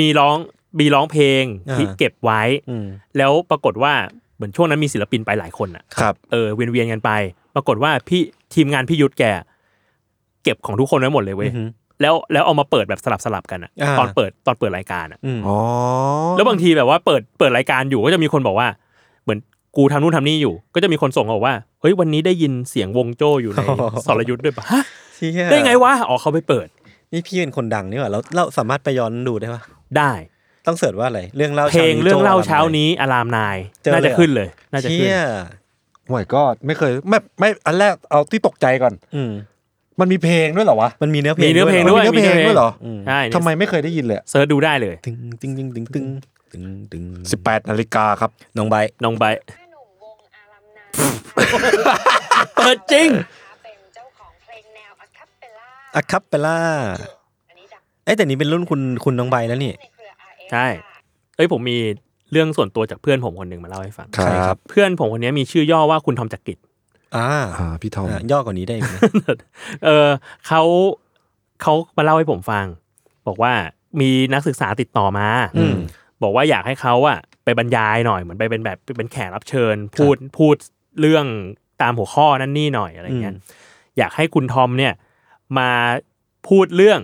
Speaker 3: มีร้องมีร้องเพลง
Speaker 2: อ่า
Speaker 3: ที่เก็บไว้
Speaker 2: อืม
Speaker 3: แล้วปรากฏว่าเหมือนช่วงนั้นมีศิลปินไปหลายคนอะ
Speaker 4: ครับ
Speaker 3: เออเวียนเวียนๆกันไป ปรากฏว่าพี่ทีมงานพี่ยุทธแก เก็บของทุกคนไว้หมดเลยเว้ย แล้วแล้วเอามาเปิดแบบสลับสลับๆกันอะ
Speaker 2: อ่า
Speaker 3: ตอนเปิดตอนเปิดรายการอะ
Speaker 2: อืม
Speaker 4: อ๋อ
Speaker 3: แล้วบางทีแบบว่าเปิดเปิดรายการอยู่ก็จะมีคนบอกว่า เหมือนกูทำนู่นทำนี่อยู่ ก็จะมีคนส่งมาบอกว่าเฮ้ยวันนี้ได้ยินเสียงวงโจ้อยู่ใน
Speaker 2: อ๋อ
Speaker 3: สรยุทธ์ด้วยปะฮะ
Speaker 2: เชี่ย
Speaker 3: ได้ไงวะอ๋อเขาไปเปิด
Speaker 2: นี่พี่เป็นคนดังนี่หว่าเราเราสามารถไปย้อนดูได้ปะ
Speaker 3: ได้
Speaker 2: ต้องเสิร์ชว่าอะไร เรื่องเล่า
Speaker 3: เพลง
Speaker 2: ช้นี้
Speaker 3: เรื่องเล่า
Speaker 2: โจ้
Speaker 3: เช้านี้อารามนาย
Speaker 2: เจอเลย
Speaker 3: น่าจะขึ้นเลย น่าจะขึ้น
Speaker 2: เชี่ย
Speaker 4: ห่วยก็ไม่เคยไม่ไม่อันแรกเอาที่ตกใจก่อน
Speaker 2: อืม
Speaker 4: มันมีเพลงด้วยเหรอวะ
Speaker 2: มันมีเนื้อเพลง
Speaker 3: มีเนื้อเพลงด้วย
Speaker 2: หร
Speaker 4: มีเนื้อเพลงด้วยเหรอ
Speaker 3: ใช่เนี่ย
Speaker 4: ทำไมไม่เคยได้ยินเลย
Speaker 3: เซิร์ชดูได้เลย
Speaker 2: ตึงตึงตึงตึงตึงตึงตึง
Speaker 4: สิบแปดนาฬิกาครับ
Speaker 2: น้องใบ
Speaker 3: น้องใบร์ท
Speaker 5: หนุ่มวงอารัมนา
Speaker 3: เปิดจริง
Speaker 5: นะคะเป็นเจ้าของเพลงแนวอะคัปเปลล่า
Speaker 2: อะคับเปล่า
Speaker 5: อันนี้ดัง
Speaker 2: ไอ้ยแต่นี่เป็นรุ่นคุณคุณน้องใบแล้วนี่
Speaker 5: ในเครือ RF
Speaker 3: ใช่
Speaker 5: ค่ะ
Speaker 3: เอ้ยผมมีเรื่องส่วนตัวจากเพื่อนผมคนหนึ่งมาเล่าให้ฟัง
Speaker 4: ครับ
Speaker 2: ใช่ครับ
Speaker 3: เพื่อนผมคนนี้มีชื่อย่อว่าคุณทอมจักริด
Speaker 2: อ่า
Speaker 4: อ่าพี่ทอม
Speaker 2: อ่ะย่อกว่านี้ได้อีกไหม
Speaker 3: เออเขาเขามาเล่าให้ผมฟัง บอกว่ามีนักศึกษาติดต่อมา
Speaker 2: อืม
Speaker 3: บอกว่าอยากให้เขาอะไปบรรยายหน่อยเหมือนไปเป็นแบบเป็นแขกรับเชิญ พูดพูดเรื่องตามหัวข้อนั่นนี่หน่อยอะไรเงี้ย
Speaker 2: อืม
Speaker 3: อยากให้คุณทอมเนี่ยมาพูดเรื่อง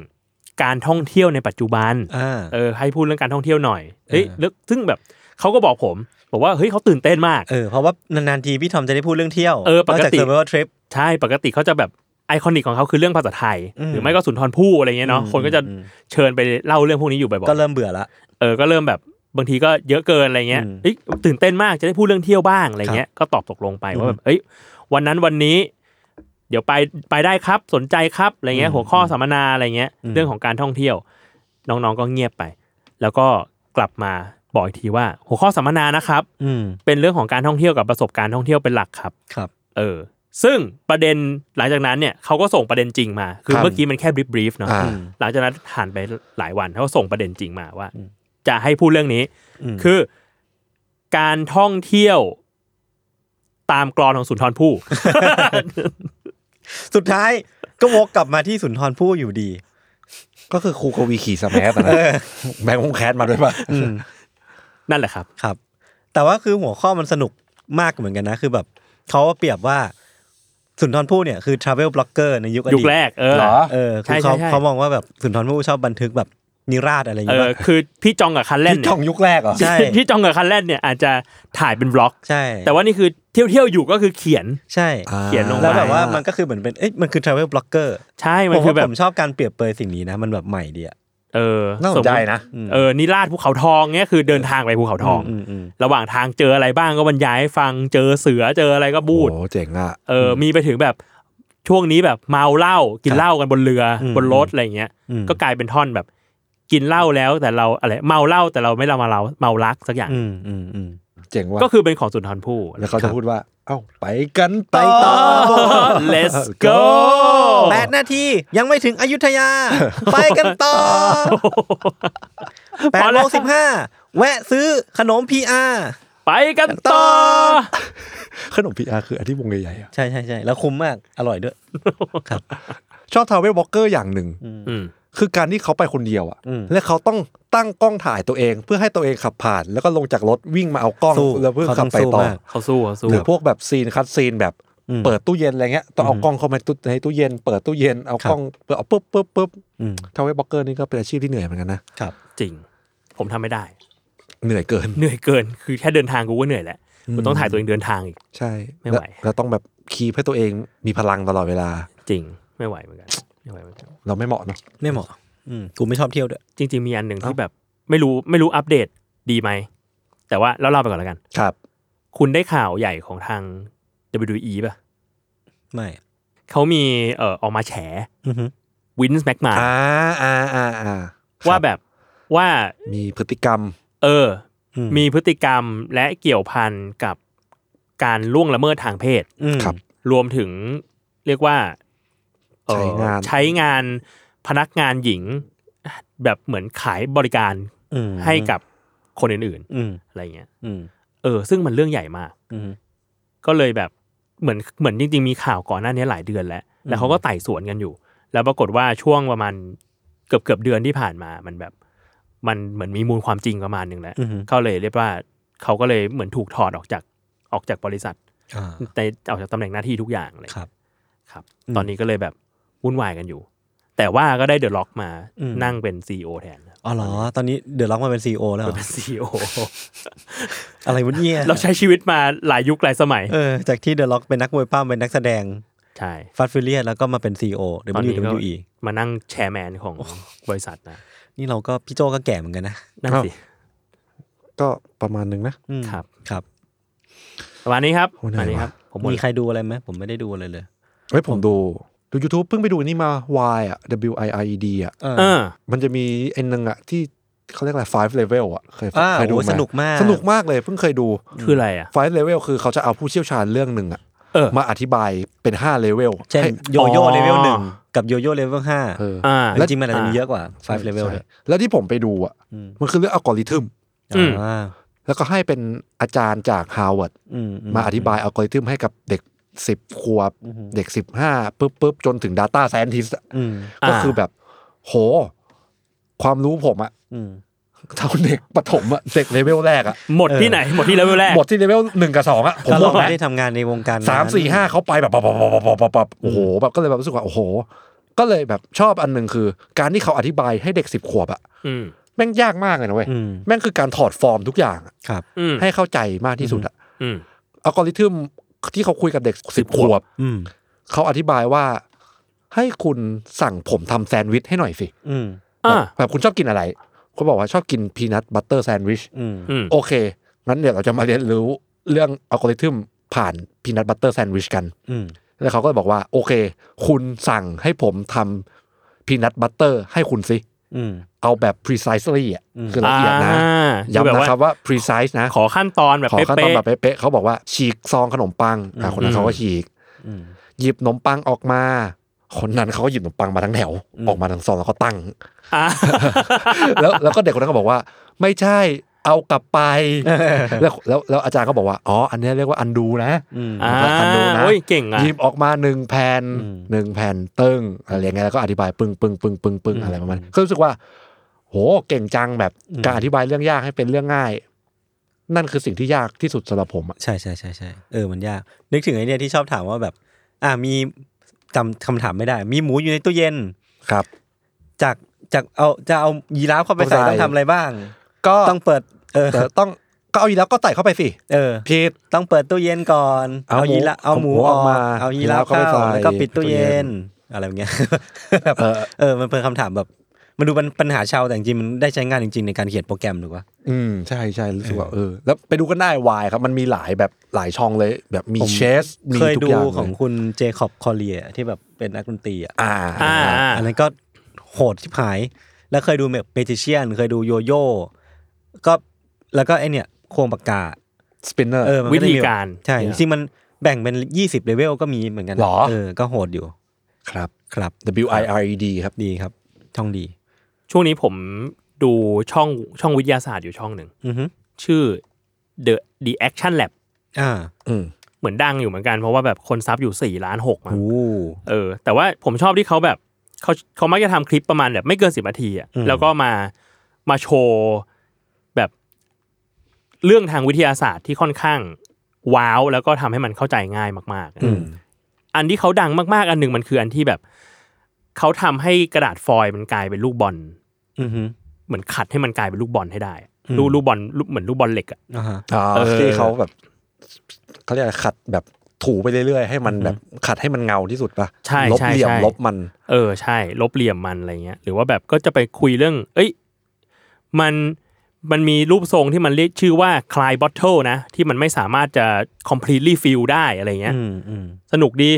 Speaker 3: การท่องเที่ยวในปัจจุบัน
Speaker 2: อ่า
Speaker 3: เออให้พูดเรื่องการท่องเที่ยวหน่อยเฮ้ย
Speaker 2: เออ
Speaker 3: แล้วซึ่งแบบเขาก็บอกผม บอกว่าเฮ้ยเขาตื่นเต้นมาก
Speaker 2: เออเพราะว่านานๆทีพี่ทอมจะได้พูดเรื่องเที่ยว
Speaker 3: เออน
Speaker 2: อกจา
Speaker 3: ป
Speaker 2: ก
Speaker 3: กติ
Speaker 2: เซอร์ไวเวอร์ทริป
Speaker 3: ใช่ปกติเขาจะแบบไอคอนิกของเขาคือเรื่องภาษาไทย
Speaker 2: อืม
Speaker 3: หรือไม่ก็สุนทรภู่อะไรเงี้ยเนาะ
Speaker 2: อืม
Speaker 3: คนก็จะ
Speaker 2: อืม
Speaker 3: เชิญไปเล่าเรื่องพวกนี้อยู่บ่อย
Speaker 2: ก็เริ่มเบื่อละ
Speaker 3: ๆเออก็เริ่มแบบบางทีก็เยอะเกินอะไรเงี้ย
Speaker 2: อืม
Speaker 3: เอ้ยตื่นเต้นมากจะได้พูดเรื่องเที่ยวบ้างอะไรเงี้ยก็ตอบตกลงไปว่าแบบเอ้ยวันนั้นวันนี้ เดี๋ยวไปไปได้ครับสนใจครับอะไรเงี้ย
Speaker 2: อืม
Speaker 3: หัวข้อสัมมนาอะไรเงี้ย
Speaker 2: อืม
Speaker 3: เรื่องของการท่องเที่ยว น้องๆก็เงียบไป แล้วก็กลับมาบอกอีกทีว่า หัวข้อสัมมนานะครับ
Speaker 2: อืม
Speaker 3: เป็นเรื่องของการท่องเที่ยวกับประสบการณ์ท่องเที่ยวเป็นหลักครับ
Speaker 2: ครับ
Speaker 3: เออ ซึ่งประเด็นหลังจากนั้นเนี่ยเขาก็ส่งประเด็นจริงมา คือ
Speaker 4: ครับ
Speaker 3: เมื่อกี้มันแค่บรีฟๆเนาะ
Speaker 4: อ่า
Speaker 3: หลังจากนั้นผ่านไปหลายวันเขาก็ส่งประเด็นจริงมาว่า จะให้พูดเรื่องนี้ คือ การท่องเที่ยวตามกรอนของสุนทร ภู่
Speaker 2: สุดท้ายก็วกกลับมาที่สุนทรภู่อยู่ดี
Speaker 4: ก็คือครูกวีขี่สแมสอะนะแบงค์คงแคสมาด้วยป่ะ
Speaker 2: อืม
Speaker 3: นั่นแหละครับ
Speaker 2: ครับ แต่ว่าคือหัวข้อมันสนุกมากเหมือนกันนะ คือแบบเขาเปรียบว่าสุนทรภู่เนี่ยคือทราเวลบล็อกเกอร์ในยุคอดีต
Speaker 3: ยุคแรกเออ
Speaker 4: เหร
Speaker 2: เออคือเขา
Speaker 3: ใช่ใช่ใช่
Speaker 2: เขามองว่าแบบสุนทรภู่ชอบบันทึกแบบนิราศอะไรอย่าง
Speaker 3: เอ
Speaker 2: เงี้
Speaker 3: อย คือพี่จองกับคันแล่น
Speaker 4: ที่
Speaker 3: เนี่
Speaker 4: ช่
Speaker 3: ย
Speaker 4: องยุคแรกเหรอ
Speaker 2: ใช่
Speaker 3: พี่จองกับคันแล่นเนี่ยอาจจะถ่ายเป็นบล็อก
Speaker 2: ใช่
Speaker 3: แต่ว่านี่คือเที่ยวเที่ยวๆอยู่ก็คือเขียน
Speaker 2: ใช่
Speaker 4: อ่า
Speaker 3: เขียนลง
Speaker 2: แล้วแบบว่ามันก็คือเหมือนเป็นเอ้ยมันคือทราเวลบล็อกเกอร์
Speaker 3: ใช่
Speaker 2: ผม
Speaker 3: มันคือ
Speaker 2: ว่า
Speaker 3: แบ
Speaker 2: ผ
Speaker 3: บ
Speaker 2: มชอบการเปรียบเปยสิ่งนี้นะ มันแบบใหม่ดีอะ
Speaker 3: เออ
Speaker 4: น่าสนใจ
Speaker 3: มมุติ
Speaker 4: นะ
Speaker 2: อืม
Speaker 3: เออนิราชภูเขาทองเนี่ยคือเดินทางไปภูเขาทอง
Speaker 2: มม
Speaker 3: ระหว่างทางเจออะไรบ้างก็บรรยายให้ฟังเจอเสือเจออะไรก็บูด
Speaker 4: โอ้เจ๋งอ่ะ
Speaker 3: เออ มีไปถึงแบบช่วงนี้แบบเมาเหล้ากินเหล้ากันบนเรืออ
Speaker 2: ม
Speaker 3: บนรถอะไรเงี้ย
Speaker 2: อืม
Speaker 3: ก็กลายเป็นท่อนแบบ กินเหล้าแล้วแต่เราอะไรเมาเหล้าแต่เราไม่เรามาเราเมารักสักอย่าง
Speaker 2: อืมอืมอืม
Speaker 4: เจ๋งว่ะ
Speaker 3: ก็คือเป็นของสุนทรภู่
Speaker 4: แล้วเขาจะพูดว่า เอ้าไปกัน
Speaker 2: ไป
Speaker 4: ต่อ
Speaker 2: ต่อ
Speaker 3: Let's go
Speaker 2: แปดนาทียังไม่ถึงอยุธ ยา ไปกันต่อ แปด
Speaker 3: พอ
Speaker 2: โม
Speaker 3: แล้ว
Speaker 2: งสิบห้าแวะซื้อขนมพีอา
Speaker 3: ไปกันต่อ
Speaker 4: ขนมพีอาคืออันที่วงใหญ่ๆอะ
Speaker 2: ใช่ใช่ใช่แล้วคุ้มมาก อร่อยด้วย ครับ
Speaker 4: ชอบทาวเวลบล็อกเกอร์อย่างหนึ่ง
Speaker 3: อืม
Speaker 4: คือการที่เขาไปคนเดียวอะ
Speaker 2: อืม
Speaker 4: และเขาต้องตั้งกล้องถ่ายตัวเอง เพื่อให้ตัวเองขับผ่าน แล้วก็ลงจากรถวิ่งมาเอากล้อง
Speaker 2: สู้
Speaker 4: แล้วเพื่อ
Speaker 2: เขา
Speaker 4: ขับ
Speaker 2: ต้อง
Speaker 4: ไป
Speaker 2: สู้
Speaker 4: ต่อ
Speaker 2: มาก
Speaker 3: เขาสู้เขาสู้
Speaker 4: หรือพวกแบบซีนคัดซีนแบบ
Speaker 2: อืม
Speaker 4: เปิดตู้เย็นอะไรเงี้ยต้องเอา
Speaker 2: อืม
Speaker 4: กล้องเข้ามาตู้ในตู้เย็น เปิดตู้เย็นเอา
Speaker 2: ครับ
Speaker 4: กล้องเปิดเอาปุ๊บปุ๊บปุ๊บ
Speaker 2: อืม
Speaker 4: ทาวเวลบล็อกเกอร์นี่ก็เป็นอาชีพที่เหนื่อยเหมือนกันนะ
Speaker 3: จริง ผมทำไม่ได้
Speaker 4: เหนื่อยเกิน
Speaker 3: เหนื่อยเกิน คือแค่เดินทางกูก็เหนื่อยแล้ว
Speaker 4: อืม
Speaker 3: กูต้องถ่ายตัวเองเดินทางอีก
Speaker 4: ใช่
Speaker 3: ไม่ไหว
Speaker 4: แล้แล้วต้องแบบคีบให้ตัวเองมีพลังตลอดเวลา
Speaker 3: จริง ไม่ไหวเหมือนกันไม่ไหวเหมือนกัน
Speaker 4: เราไม่เหมาะเนาะ
Speaker 2: ไม่เหมาะอืมกูไม่ชอบเที่ยวด้วย
Speaker 3: จริง ๆ มีอันหนึ่ง
Speaker 4: เอ้า
Speaker 3: ที่แบบไม่รู้ไม่รู้อัปเดตดีไหม แต่ว่าแล้วเล่าไปก่อนแล้วกัน
Speaker 4: ครับ
Speaker 3: คุณได้ข่าวใหญ่ของทาง WWE ป่ะ
Speaker 2: ไม่
Speaker 3: เขามีเอ่อออกมาแฉ
Speaker 2: อือฮึ
Speaker 3: วินส์แม็กมา
Speaker 4: อ่าอ่าอ่าอ่า
Speaker 3: ว่า
Speaker 4: ครับ
Speaker 3: แบบว่า
Speaker 4: มีพฤติกรรม
Speaker 3: เออ
Speaker 2: อื
Speaker 3: อมีพฤติกรรมและเกี่ยวพันกับการล่วงละเมิดทางเพศ
Speaker 2: อืม
Speaker 4: ครับ
Speaker 3: รวมถึงเรียกว่าเอ่อ
Speaker 4: ใช้งาน
Speaker 3: ใช้งานพนักงานหญิง แบบเหมือนขายบริการ
Speaker 2: อืม
Speaker 3: ให้กับคนอื่น
Speaker 2: อืม
Speaker 3: ๆอะไรเงี้ย
Speaker 2: อืม
Speaker 3: เออ ซึ่งมันเรื่องใหญ่มาก
Speaker 2: อืม
Speaker 3: ก็เลยแบบเหมือนเหมือนจริง ๆ มีข่าวก่อนหน้านี้หลายเดือนแล้ว แล้วเขาก็ไต่สวนกันอยู่ แล้วปรากฏว่าช่วงประมาณเกือบเกือบเดือนที่ผ่านมา มันแบบ มันเหมือนมีมูลความจริงประมาณหนึ่งแล้ว
Speaker 2: อือฮึ
Speaker 3: เขาเลยเรียกว่าเขาก็เลยเหมือนถูกถอดออกจากออกจากบริษัท
Speaker 2: อ่า
Speaker 3: ในออกจากตำแหน่งหน้าที่ทุกอย่างเลย
Speaker 2: ครับ
Speaker 3: ครับ
Speaker 2: อืม
Speaker 3: ตอนนี้ก็เลยแบบวุ่นวายกันอยู่ แต่ว่าก็ได้เดอะล็อกมา
Speaker 2: อืม
Speaker 3: นั่งเป็นซีอแทนนะ
Speaker 2: อ๋อเหรอ ตอนนี้เดือดร้อนมาเป็นซีอแล้ว เหรอ
Speaker 3: เป็นซีอ
Speaker 2: อะไรวะเนี่ย
Speaker 3: เราใช้ชีวิตมาหลายยุคหลายสมัย
Speaker 2: เออจากที่เดือดร้อนเป็นนักมวยป้ามเป็นนักแสดง
Speaker 3: ใช่
Speaker 2: ฟาสฟิเลียแล้วก็มาเป็นซีอเดี๋ยว
Speaker 3: ต
Speaker 2: มั
Speaker 3: อนน
Speaker 2: อยู่
Speaker 3: นี้
Speaker 2: เดี๋ย
Speaker 3: ก็
Speaker 2: วมันอยู่อีก
Speaker 3: มานั่งแชร์แมนของบริษัทนะ
Speaker 2: นี่เราก็พี่โจก็แก่เหมือนกันนะ
Speaker 3: นั่นสิ
Speaker 4: ก็ประมาณหนึงนะ
Speaker 2: อืม
Speaker 3: ครับ
Speaker 2: ครับ
Speaker 3: ประมาณนี้ครับ
Speaker 4: โอ้เหนื่อย
Speaker 3: อันนี้
Speaker 4: ว่ะ
Speaker 3: ครับ ผมหมด
Speaker 2: มีใครดูอะไรไหมผมไม่ได้ดูอะไรเลย
Speaker 4: เฮ้ยผมดู ดู YouTube เพิ่งไปดูอันนี่มา Y อ่ะ W I I E D อ่ะ
Speaker 2: เออ
Speaker 3: เออ
Speaker 4: มันจะมีไอ้หนึงอ่ะ ที่เขาเรียกอะไร five level อ่ะ เคย
Speaker 2: อ่า
Speaker 4: เคยดู
Speaker 2: โอ้ย
Speaker 4: ไหม
Speaker 2: สนุกมาก
Speaker 4: สนุกมากเลยเพิ่งเคยดู
Speaker 3: คืออะไรอ่ะ
Speaker 4: five level คือเขาจะเอาผู้เชี่ยวชาญเรื่องหนึ่งอ่ะ
Speaker 3: เออ
Speaker 4: มาอธิบายเป็น5 level
Speaker 2: เช่น
Speaker 4: ให้
Speaker 2: โยโย่
Speaker 3: อ๋อ
Speaker 2: เลเวลหนึ่งกับโยโย่เลเวลห้า
Speaker 4: เออ
Speaker 3: อ่า
Speaker 2: แต่จริงๆมันอาจจะมีเยอะกว่า
Speaker 4: ใช่
Speaker 2: five level เลย
Speaker 4: แล้วที่ผมไปดูอ่ะ
Speaker 2: อืม
Speaker 4: มันคือเรื่องอัลกอริทึม
Speaker 3: อืม
Speaker 2: อ่า
Speaker 4: แล้วก็ให้เป็นอาจารย์จากฮาร์วาร์ด
Speaker 2: อื
Speaker 4: มาอธิบายอัลกอริทึมให้กับเด็ก 10 ขวบ เด็ก 15ปุ๊บปุ๊บจนถึง Data Scientist อะ
Speaker 2: อืม
Speaker 3: อ่า
Speaker 4: ก็คือแบบ โห ความรู้ผมอะ
Speaker 2: อืม
Speaker 4: เท่าเด็กปฐมอะเด็กเลเวลแรกอะ
Speaker 3: หมดที่ไหน หมดที่เลเวลแรก
Speaker 4: หมดที่เลเวลหนึ่งกับสองอะผม
Speaker 2: ก็
Speaker 4: บ
Speaker 2: เรา
Speaker 4: อก
Speaker 2: ไม่
Speaker 4: นะ
Speaker 2: ได้ทำงานในวงการนั้น
Speaker 4: สามสี่ห้าเขาไปแบบปับปับปับปับปับปับโอ้โหแบบก็เลยแบบรู้สึกว่า โอ้โห ก็เลยแบบชอบอันหนึ่งคือ การที่เขาอธิบายให้เด็กสิบขวบอะ
Speaker 3: อืม
Speaker 4: แม่งยากมากเลยนะเว้ย
Speaker 2: อืม
Speaker 4: แม่งคือการถอดฟอร์มทุกอย่างอะ
Speaker 2: ครับ
Speaker 3: อืม
Speaker 4: ให้เข้าใจมากที่สุดอะ
Speaker 3: อืม
Speaker 4: อัลกอริทึมที่เขาคุยกับเด็กสิบขวบ
Speaker 2: อืม
Speaker 4: เขาอธิบายว่าให้คุณสั่งผมทำแซนด์วิชให้หน่อยสิ
Speaker 2: อืม
Speaker 3: อ่า
Speaker 4: แบบแบบคุณชอบกินอะไรคุณบอกว่าชอบกินพีนัทบัตเตอร์แซนด์วิช
Speaker 2: อืม
Speaker 3: อืม
Speaker 4: โอเค งั้นเดี๋ยวเราจะมาเรียนรู้เรื่องอัลกอริทึมผ่านพีนัทบัตเตอร์แซนด์วิชกัน
Speaker 2: อืม
Speaker 4: แล้วเขาก็บอกว่า โอเค คุณสั่งให้ผมทำพีนัทบัตเตอร์ให้คุณสิ
Speaker 2: อืม
Speaker 4: เอาแบบ precisely อ่ะ
Speaker 2: อืม
Speaker 4: คือละเอียดนะ
Speaker 3: อ่าคือแบ
Speaker 4: ย้ำ
Speaker 3: บว่า
Speaker 4: นะครับว่า precise นะ
Speaker 3: ขอขั้นตอนแบบ
Speaker 4: ขอ
Speaker 3: เป๊ะ
Speaker 4: ขั้นตอนแบบเป๊ะๆเขาบอกว่าฉีกซองขนมปังอ่ะคนนั้นเขาก็ฉีก
Speaker 2: อืม
Speaker 4: หยิบขนมปังออกมา คนนั้นเขาก็หยิบขนมปังมาทั้งแถว
Speaker 2: อืม
Speaker 4: ออกมาทั้งซองแล้วก็ตั้ง
Speaker 3: อ่า
Speaker 4: แล้วแล้วก็เด็กคนนั้นก็บอกว่า ไม่ใช่ เอากลับไป
Speaker 2: เออ
Speaker 4: แล้วแล้วแล้วอาจารย์ก็บอกว่า อ๋อ อันเนี้ยเรียกว่าอันดูนะ
Speaker 2: อืม
Speaker 3: อ่า
Speaker 4: ทันดูนะ
Speaker 3: โอ้ยเก่งอ่ะ
Speaker 4: หยิบออกมาหนึ่งแผ่น
Speaker 2: อืม
Speaker 4: หนึ่งแผ่นเติ้งอะไรอย่างเงี้ยแล้วก็อธิบายปึ้งปึ้งปึ้งปึ้งปึ้ง
Speaker 2: อืม
Speaker 4: อะไรประมาณนั้นก็รู้สึกว่า โหเก่งจังแบบ
Speaker 2: อืม
Speaker 4: การอธิบายเรื่องยากให้เป็นเรื่องง่าย นั่นคือสิ่งที่ยากที่สุดสำหรับผมอะ
Speaker 2: ใช่ใช่ใช่ใช่เออมันยาก นึกถึงไอเนี่ยที่ชอบถามว่าแบบ อ่ามีจำคำถามไม่ได้ มีหมูอยู่ในตู้เย็น
Speaker 4: ครับ
Speaker 2: จากจากเอาจะเอายีราฟเข้าไปใส่
Speaker 4: ต้องใส่
Speaker 2: ต้องทำอะไรบ้าง
Speaker 4: ก็
Speaker 2: ต้องเปิด เออ
Speaker 4: แต่ต้องก็เอาอีกแล้วก็ใส่เข้าไปสิ
Speaker 2: เออ
Speaker 4: ผิด
Speaker 2: ต้องเปิดตู้เย็นก่อน
Speaker 4: เอาหมู
Speaker 2: ยีราเอาหมู
Speaker 4: เอาหมูออกมา
Speaker 2: เอายีรา
Speaker 4: ยีรา
Speaker 2: ฟ
Speaker 4: ฟเข้า
Speaker 2: เข้า
Speaker 4: ไปใส่
Speaker 2: แล้วก็ปิดตู้เย็
Speaker 4: ตู้เย็น
Speaker 2: นอะไรแบบเงี้ย
Speaker 4: เออ
Speaker 2: เออมันเป็นคำถามแบบมันดูเป็นปัญหาชาวแต่จริงๆมันได้ใช้งานจริง ๆ ในการเขียนโปรแกรมถูกปะ
Speaker 4: อืมใช่ใช่รู้สึกว่าเออ แล้วไปดูกันได้วายครับ มันมีหลายแบบหลายช่องเลย แบบมี
Speaker 2: ผม
Speaker 4: เชสมี
Speaker 2: เคย
Speaker 4: ทุก
Speaker 2: ดู
Speaker 4: อย่างเล
Speaker 2: ของคุณเจคอบคอเรียที่แบบเป็นนักดนตรีอ่ะ
Speaker 4: อ่า
Speaker 3: อ่า
Speaker 2: อันนั้นก็โหดที่หาย แล้วเคยดูแบบเมจิเชียน เคยดูโยโย่ก็แล้วก็ไอเนี่ยโควงปากกา
Speaker 4: สปินเนอร์
Speaker 2: เออมันได้
Speaker 3: วิธีการ
Speaker 2: ใช่จริงๆมันแบ่งเป็นยี่สิบเลเวลก็มีเหมือนกันนะ
Speaker 4: หรอ
Speaker 2: เออก็โหดอยู่
Speaker 4: ครับ
Speaker 2: ครับ
Speaker 4: W I R E D ครับ
Speaker 2: ดีครับ ช่องดี
Speaker 3: ช่วงนี้ผมดูช่องช่องวิทยาศาสตร์อยู่ช่องหนึ่ง
Speaker 2: อือฮึ
Speaker 3: ชื่อ The The Action Lab
Speaker 2: อ่า
Speaker 4: อืม
Speaker 3: เหมือนดังอยู่เหมือนกัน เพราะว่าแบบคนซับอยู่ 4 ล้าน6มั้ง
Speaker 2: โอ้
Speaker 3: เออ แต่ว่าผมชอบที่เขาแบบเขาเขามักจะทำคลิปประมาณแบบไม่เกิน 10 นาทีอะแล้วก็มามาโชว์แบบเรื่องทางวิทยาศาสตร์ที่ค่อนข้างว้าว แล้วก็ทำให้มันเข้าใจง่ายมากๆ
Speaker 2: อืม
Speaker 3: อันที่เขาดังมากๆ อันหนึ่งมันคืออันที่แบบ เขาทำให้กระดาษฟอยล์มันกลายเป็นลูกบอล
Speaker 2: อือฮึ
Speaker 3: เหมือนขัดให้มันกลายเป็นลูกบอลให้ได้อะ
Speaker 2: อืม
Speaker 3: ลูกลูกบอลลูกเหมือนลูกบอลเหล็กอะ
Speaker 2: อ่าฮะ
Speaker 4: อ่า
Speaker 3: เออ
Speaker 4: ที่เขาแบบเขาเรียกอะไรขัดแบบถูไปเรื่อยๆ ให้มันแบบ ขัดให้มันเงาที่สุดปะ
Speaker 3: ใช่
Speaker 4: ลบ
Speaker 3: ใช่
Speaker 4: เหลี่ยม
Speaker 3: ใช่
Speaker 4: ลบมัน
Speaker 3: เออใช่ ลบเหลี่ยมมันอะไรเงี้ยหรือว่าแบบก็จะไปคุยเรื่อง เอ้ยมันมันมีรูปทรงที่มันเรียกชื่อว่าคลายบอทเทิลนะ ที่มันไม่สามารถจะ completely fill ได้อะไรเงี้ย
Speaker 2: อืมอืม
Speaker 3: สนุกดี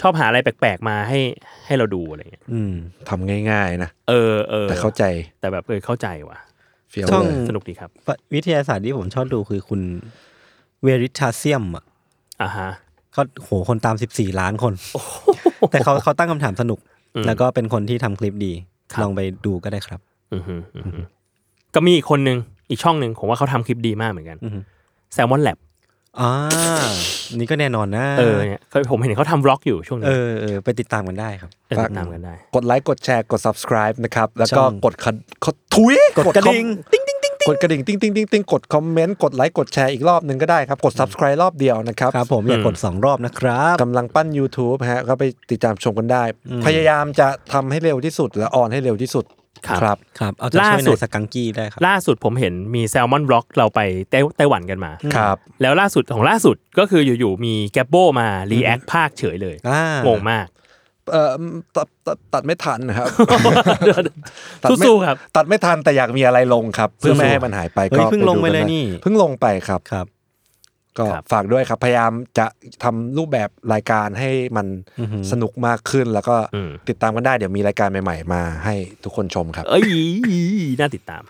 Speaker 3: ชอบหาอะไรแปลกๆมาให้ให้เราดูอะไรเงี้ย
Speaker 2: อืม
Speaker 4: ทำง่ายๆนะ
Speaker 3: เออเออ
Speaker 4: แต่เข้าใจ
Speaker 3: แต่แบบเออเข้าใจว่ะ
Speaker 4: เฟียว
Speaker 2: ช่อง
Speaker 4: เลย
Speaker 3: สนุกดีครับ
Speaker 2: วิทยาศาสตร์ที่ผมชอบดูคือคุณเวริทาเซียมอ่ะ
Speaker 3: อ่าฮะ
Speaker 2: เขาโหคนตามสิบสี่ล้าน คน แต่เขาเขาตั้งคำถามสนุก
Speaker 3: อืม
Speaker 2: แล้วก็เป็นคนที่ทำคลิปดี
Speaker 3: ครับ
Speaker 2: ลองไปดูก็ได้ครับ
Speaker 3: อือฮึอือฮึก็มีอีกคนนึงอีกช่องหนึ่งผมว่าเขาทำคลิปดีมากเหมือนกัน
Speaker 2: อือฮึ
Speaker 3: แซลมอนแลบ
Speaker 2: อ่า นี่ก็แน่นอนนะ
Speaker 3: เออเนี่ยเคยผมเห็นเขาทำบล็อกอยู่ช่วง
Speaker 2: เอ
Speaker 3: นี้
Speaker 2: อเออไปติดตามกันได้ครับ
Speaker 3: เออติดตามกันได้
Speaker 4: กดไลค์กดแชร์กด subscribe นะครับ แล้วก็
Speaker 2: ช่อง
Speaker 4: กดคันกดทุย
Speaker 2: กดกระดิ่ง
Speaker 4: คอมกดกระดิ่งติ๊งติ๊งติ๊งติ๊งกดคอมเมนต์กดไลค์กดแชร์อีกรอบหนึ่งก็ได้ครับ กด subscribe รอบเดียวนะครับ
Speaker 2: ครับผมอย่ากดสองรอบนะครับ
Speaker 4: กำลังปั้น YouTube ฮะก็ไปติดตามชมกันได้
Speaker 2: อืม
Speaker 4: พยายามจะทำให้เร็วที่สุดและออนให้เร็วที่สุด
Speaker 3: ครับ
Speaker 4: ครับ
Speaker 2: ครับเอาใจช่วย
Speaker 3: ล่าสุ
Speaker 2: ใน
Speaker 3: ด
Speaker 2: สกังกี้ได้ครับ
Speaker 3: ล่าสุดผมเห็นมีแซลมอนบล็อกเราไปไต้ไต้หวันกันมา
Speaker 4: ครับ
Speaker 3: แล้วล่าสุดของล่าสุดก็คืออยู่ๆมีแกปโบมารีแอคภาคเฉยเลย
Speaker 2: อ่าง
Speaker 3: งงมา ก
Speaker 4: เอ่อตัดตัดตัดไม่ทันนะครับ ตัดไม่
Speaker 3: สู้ๆครับ
Speaker 4: ตัดไม่ทันแต่อยากมีอะไรลงครับ เพื่อไม่ให้มันหายไป
Speaker 2: เฮ้
Speaker 4: ก็
Speaker 2: ยเพิ่งลงไปเลย
Speaker 4: ดูกัด้
Speaker 2: นี่
Speaker 4: เพิ่งลงไปครับ
Speaker 2: ครับ
Speaker 4: ก็
Speaker 3: ครับ
Speaker 4: ฝากด้วยครับ พยายามจะทำรูปแบบรายการให้มันสนุกมากขึ้น แล้วก็ติดตามกันได้เดี๋ยวมีรายการใหม่ ๆ มาให้ทุกคนชมครับ
Speaker 3: เอ้ยน่าติดตาม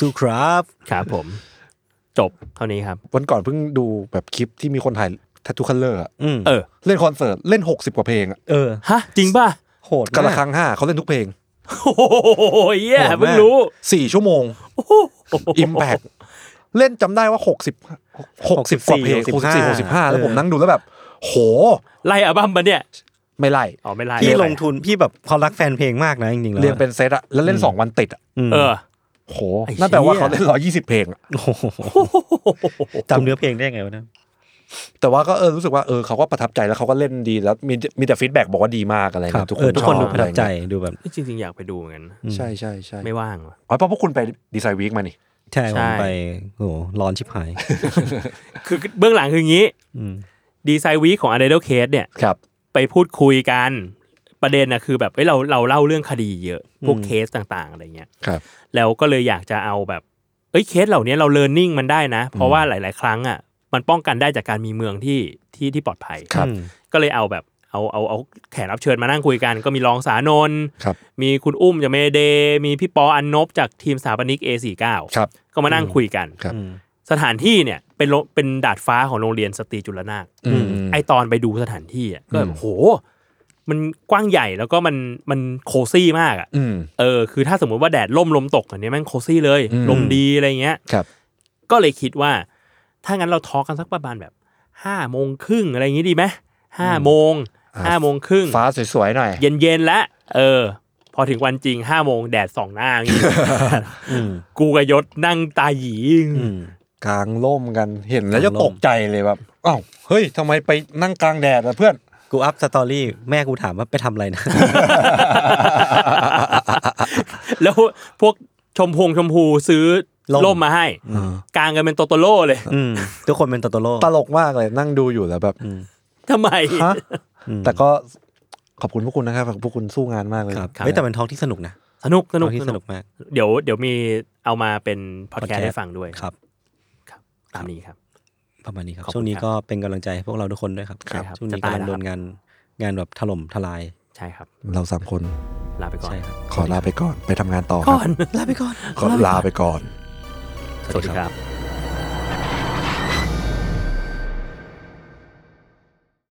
Speaker 2: สู้ๆครับ
Speaker 3: ครับผม จบเท่านี้ครับ
Speaker 4: วันก่อนเพิ่งดูแบบคลิปที่มีคนถ่ายทัทูคัลเลอร์
Speaker 2: อืม
Speaker 3: เออ
Speaker 4: เล่นคอนเสิร์ตเล่น 60 กว่าเพลงอะ
Speaker 2: เออ
Speaker 3: ฮะจริงป่ะ
Speaker 2: โหด
Speaker 4: กันละ
Speaker 2: มาก
Speaker 4: ครั้งห้าเขาเล่นทุกเพลง
Speaker 3: โอ้ยแย่
Speaker 2: โหดมาก
Speaker 3: เพิ่งรู้
Speaker 4: 4 ชั่วโมงอิมแพกเล่นจำได้ว่า 60 60กว่าเพลง64 65 แล้วผมนั่งดูแล้วแบบ โห
Speaker 3: ไล่อัลบั้มมาเนี่ย
Speaker 4: ไม่ไล่
Speaker 3: อ๋อไม่ไล่
Speaker 2: พี่
Speaker 3: ไม่
Speaker 2: ล
Speaker 3: ไ
Speaker 2: งทุนพี่แบบเขารักแฟนเพลงมากนะจริงๆแล้ว
Speaker 4: เรียงเป็นเซตอะแล้วเล่นสองวันติดอะ
Speaker 2: ม
Speaker 3: เออ
Speaker 4: โหนั่นแปลว่าเขาเล่นร้อยี่สิบเพลงอะ
Speaker 2: โอ้โหจำเนื้อเพลงได้ไงวะเนะ
Speaker 4: แต่ว่าก็เออรู้สึกว่าเออเขาก็ประทับใจแล้วเขาก็เล่นดีแล้วมีมีแต่ฟีดแบ็กบอกว่าดีมากอะไร
Speaker 2: ครั
Speaker 4: เงี้
Speaker 2: บ
Speaker 4: ยทุก
Speaker 2: เอ
Speaker 4: ค
Speaker 2: อน ทุกคน
Speaker 4: ชอ
Speaker 2: ดูประทับใจ
Speaker 4: อไเงี้ย
Speaker 2: ดูแบบ
Speaker 3: จริงๆอยากไปดูเหมือนกัน
Speaker 4: ใช่ใช่ใช่
Speaker 3: ไม่ว่างว่ะ
Speaker 4: อ๋อเพราะพวกคุณไปดีไซน์วีคมานี่
Speaker 2: ใช่ผ
Speaker 3: ใช่
Speaker 2: มไปโอ้โหร้อนชิบหาย
Speaker 3: คือเบื้องหลังคืออย่างนี้
Speaker 2: อืม
Speaker 3: ดีไซน์วีคของ Idol Case เนี่ย
Speaker 4: ครับ
Speaker 3: ไปพูดคุยกันประเด็นนะคือแบบเอ้ยเราเราเล่าเรื่องคดีเยอะ พวกเคสต่างๆอะไรเงี้ย
Speaker 4: ครับ
Speaker 3: แล้วก็เลยอยากจะเอาแบบ เอ้ยเคสเหล่านี้เราเลิร์นนิ่งมันได้นะ เพราะว่าหลาย ๆ ครั้งอ่ะมันป้องกันได้จากการมีเมืองที่ที่ที่ปลอดภัย
Speaker 4: ครับ
Speaker 2: อืม
Speaker 3: ก็เลยเอาแบบเอาเอาเอาแขกรับเชิญมานั่งคุยกัน ก็มีรองสานนท์
Speaker 4: ครับ
Speaker 3: มีคุณอุ้มจากเมเดย์มีพี่ปออันนบจากทีมสถาปนิก A49
Speaker 4: ครับ
Speaker 3: ก็มานั่งคุยกัน
Speaker 4: ครับ
Speaker 3: สถานที่เนี่ยเป็นโรงเป็นดาดฟ้าของโรงเรียนสตรีจุลนาค
Speaker 4: อืม
Speaker 3: ไอตอนไปดูสถานที่อ่ะก็แบบโห มันกว้างใหญ่แล้วก็มันมันโคซี่มากอ่ะ
Speaker 4: อืม
Speaker 3: เออคือถ้าสมมุติว่าแดดล่มลมตกอันเนี้ยแม่งโคซี่เลย
Speaker 4: อืม
Speaker 3: ลมดีอะไรเงี้ย
Speaker 4: ครับ
Speaker 3: ก็เลยคิดว่า ถ้างั้นเราทอล์กกันสักประมาณแบบห้าโมงครึ่งอะไรอย่างนี้ดีไหมห้าโมง
Speaker 4: อ่า
Speaker 3: ห้าโมงครึ่ง
Speaker 4: ฟ้าสวยๆหน่อย
Speaker 3: เย็นเย็นๆแล้วเออ พอถึงวันจริงห้าโมงแดดส่องหน้าอย่างงี้
Speaker 2: อืม
Speaker 3: กูกับยศนั่งตาหยี
Speaker 2: อืม
Speaker 4: กลางล่มกันเห็นแล้วจะ
Speaker 2: กลางร่ม
Speaker 4: ตกใจเลยแบบอ้าวเฮ้ยทำไมไปนั่งกลางแดดล่ะเพื่อน
Speaker 2: กูอัพสตอรี่แม่กูถามว่าไปทำอะไรนะ
Speaker 3: แล้วพวกชมพงชมพูซื้อ
Speaker 2: ร่ม
Speaker 3: ล่มมาให้กางกันเป็นโตโตโร่เลย
Speaker 2: อืมทุกคนเป็นโตโตโร่
Speaker 4: ตลกมากเลยนั่งดูอยู่แล้วแบบ
Speaker 3: ทำไม
Speaker 4: ฮะ
Speaker 2: อืม
Speaker 4: แต่ก็ขอบคุณพวกคุณนะครับพวกคุณสู้งานมากเลย
Speaker 2: ครับ
Speaker 3: ครับ
Speaker 2: เฮ้ยแต่เป็นทอล์กที่สนุกนะ
Speaker 3: สนุกส
Speaker 2: ท
Speaker 3: นุ
Speaker 2: อก ล์กที่
Speaker 3: ส
Speaker 2: ส
Speaker 3: นุ
Speaker 2: นุ
Speaker 3: ก
Speaker 2: กมาก
Speaker 3: เดี๋ยวเดี๋ยวมีเอามาเป็นพอดแคส
Speaker 2: podcast
Speaker 3: ต์ให้ฟังด้วย
Speaker 2: ครับ
Speaker 3: ตามนี้ครับ
Speaker 2: ประมาณนี้ครับ
Speaker 3: ขอบคุณ
Speaker 2: ช่วงนี้ก็เป็นกำลังใจให้พวกเราทุกคนด้วยครับ
Speaker 3: ครับ
Speaker 2: ช่วงนี้
Speaker 3: จะตาย
Speaker 2: กำลัง
Speaker 3: แล้ว
Speaker 2: โด
Speaker 3: ครับ
Speaker 2: นงานงานแบบถล่มทลาย
Speaker 3: ใช่ครับ
Speaker 4: เราสามคน
Speaker 3: ลาไปก่อน
Speaker 2: ใช่ครับ
Speaker 4: ขอลาไปก่อนไปทำงานต่อค
Speaker 3: ก่
Speaker 4: รั
Speaker 3: อบน
Speaker 2: ลาไปก่อน
Speaker 4: ขอลาไปก่อน
Speaker 3: สวัสดีครับ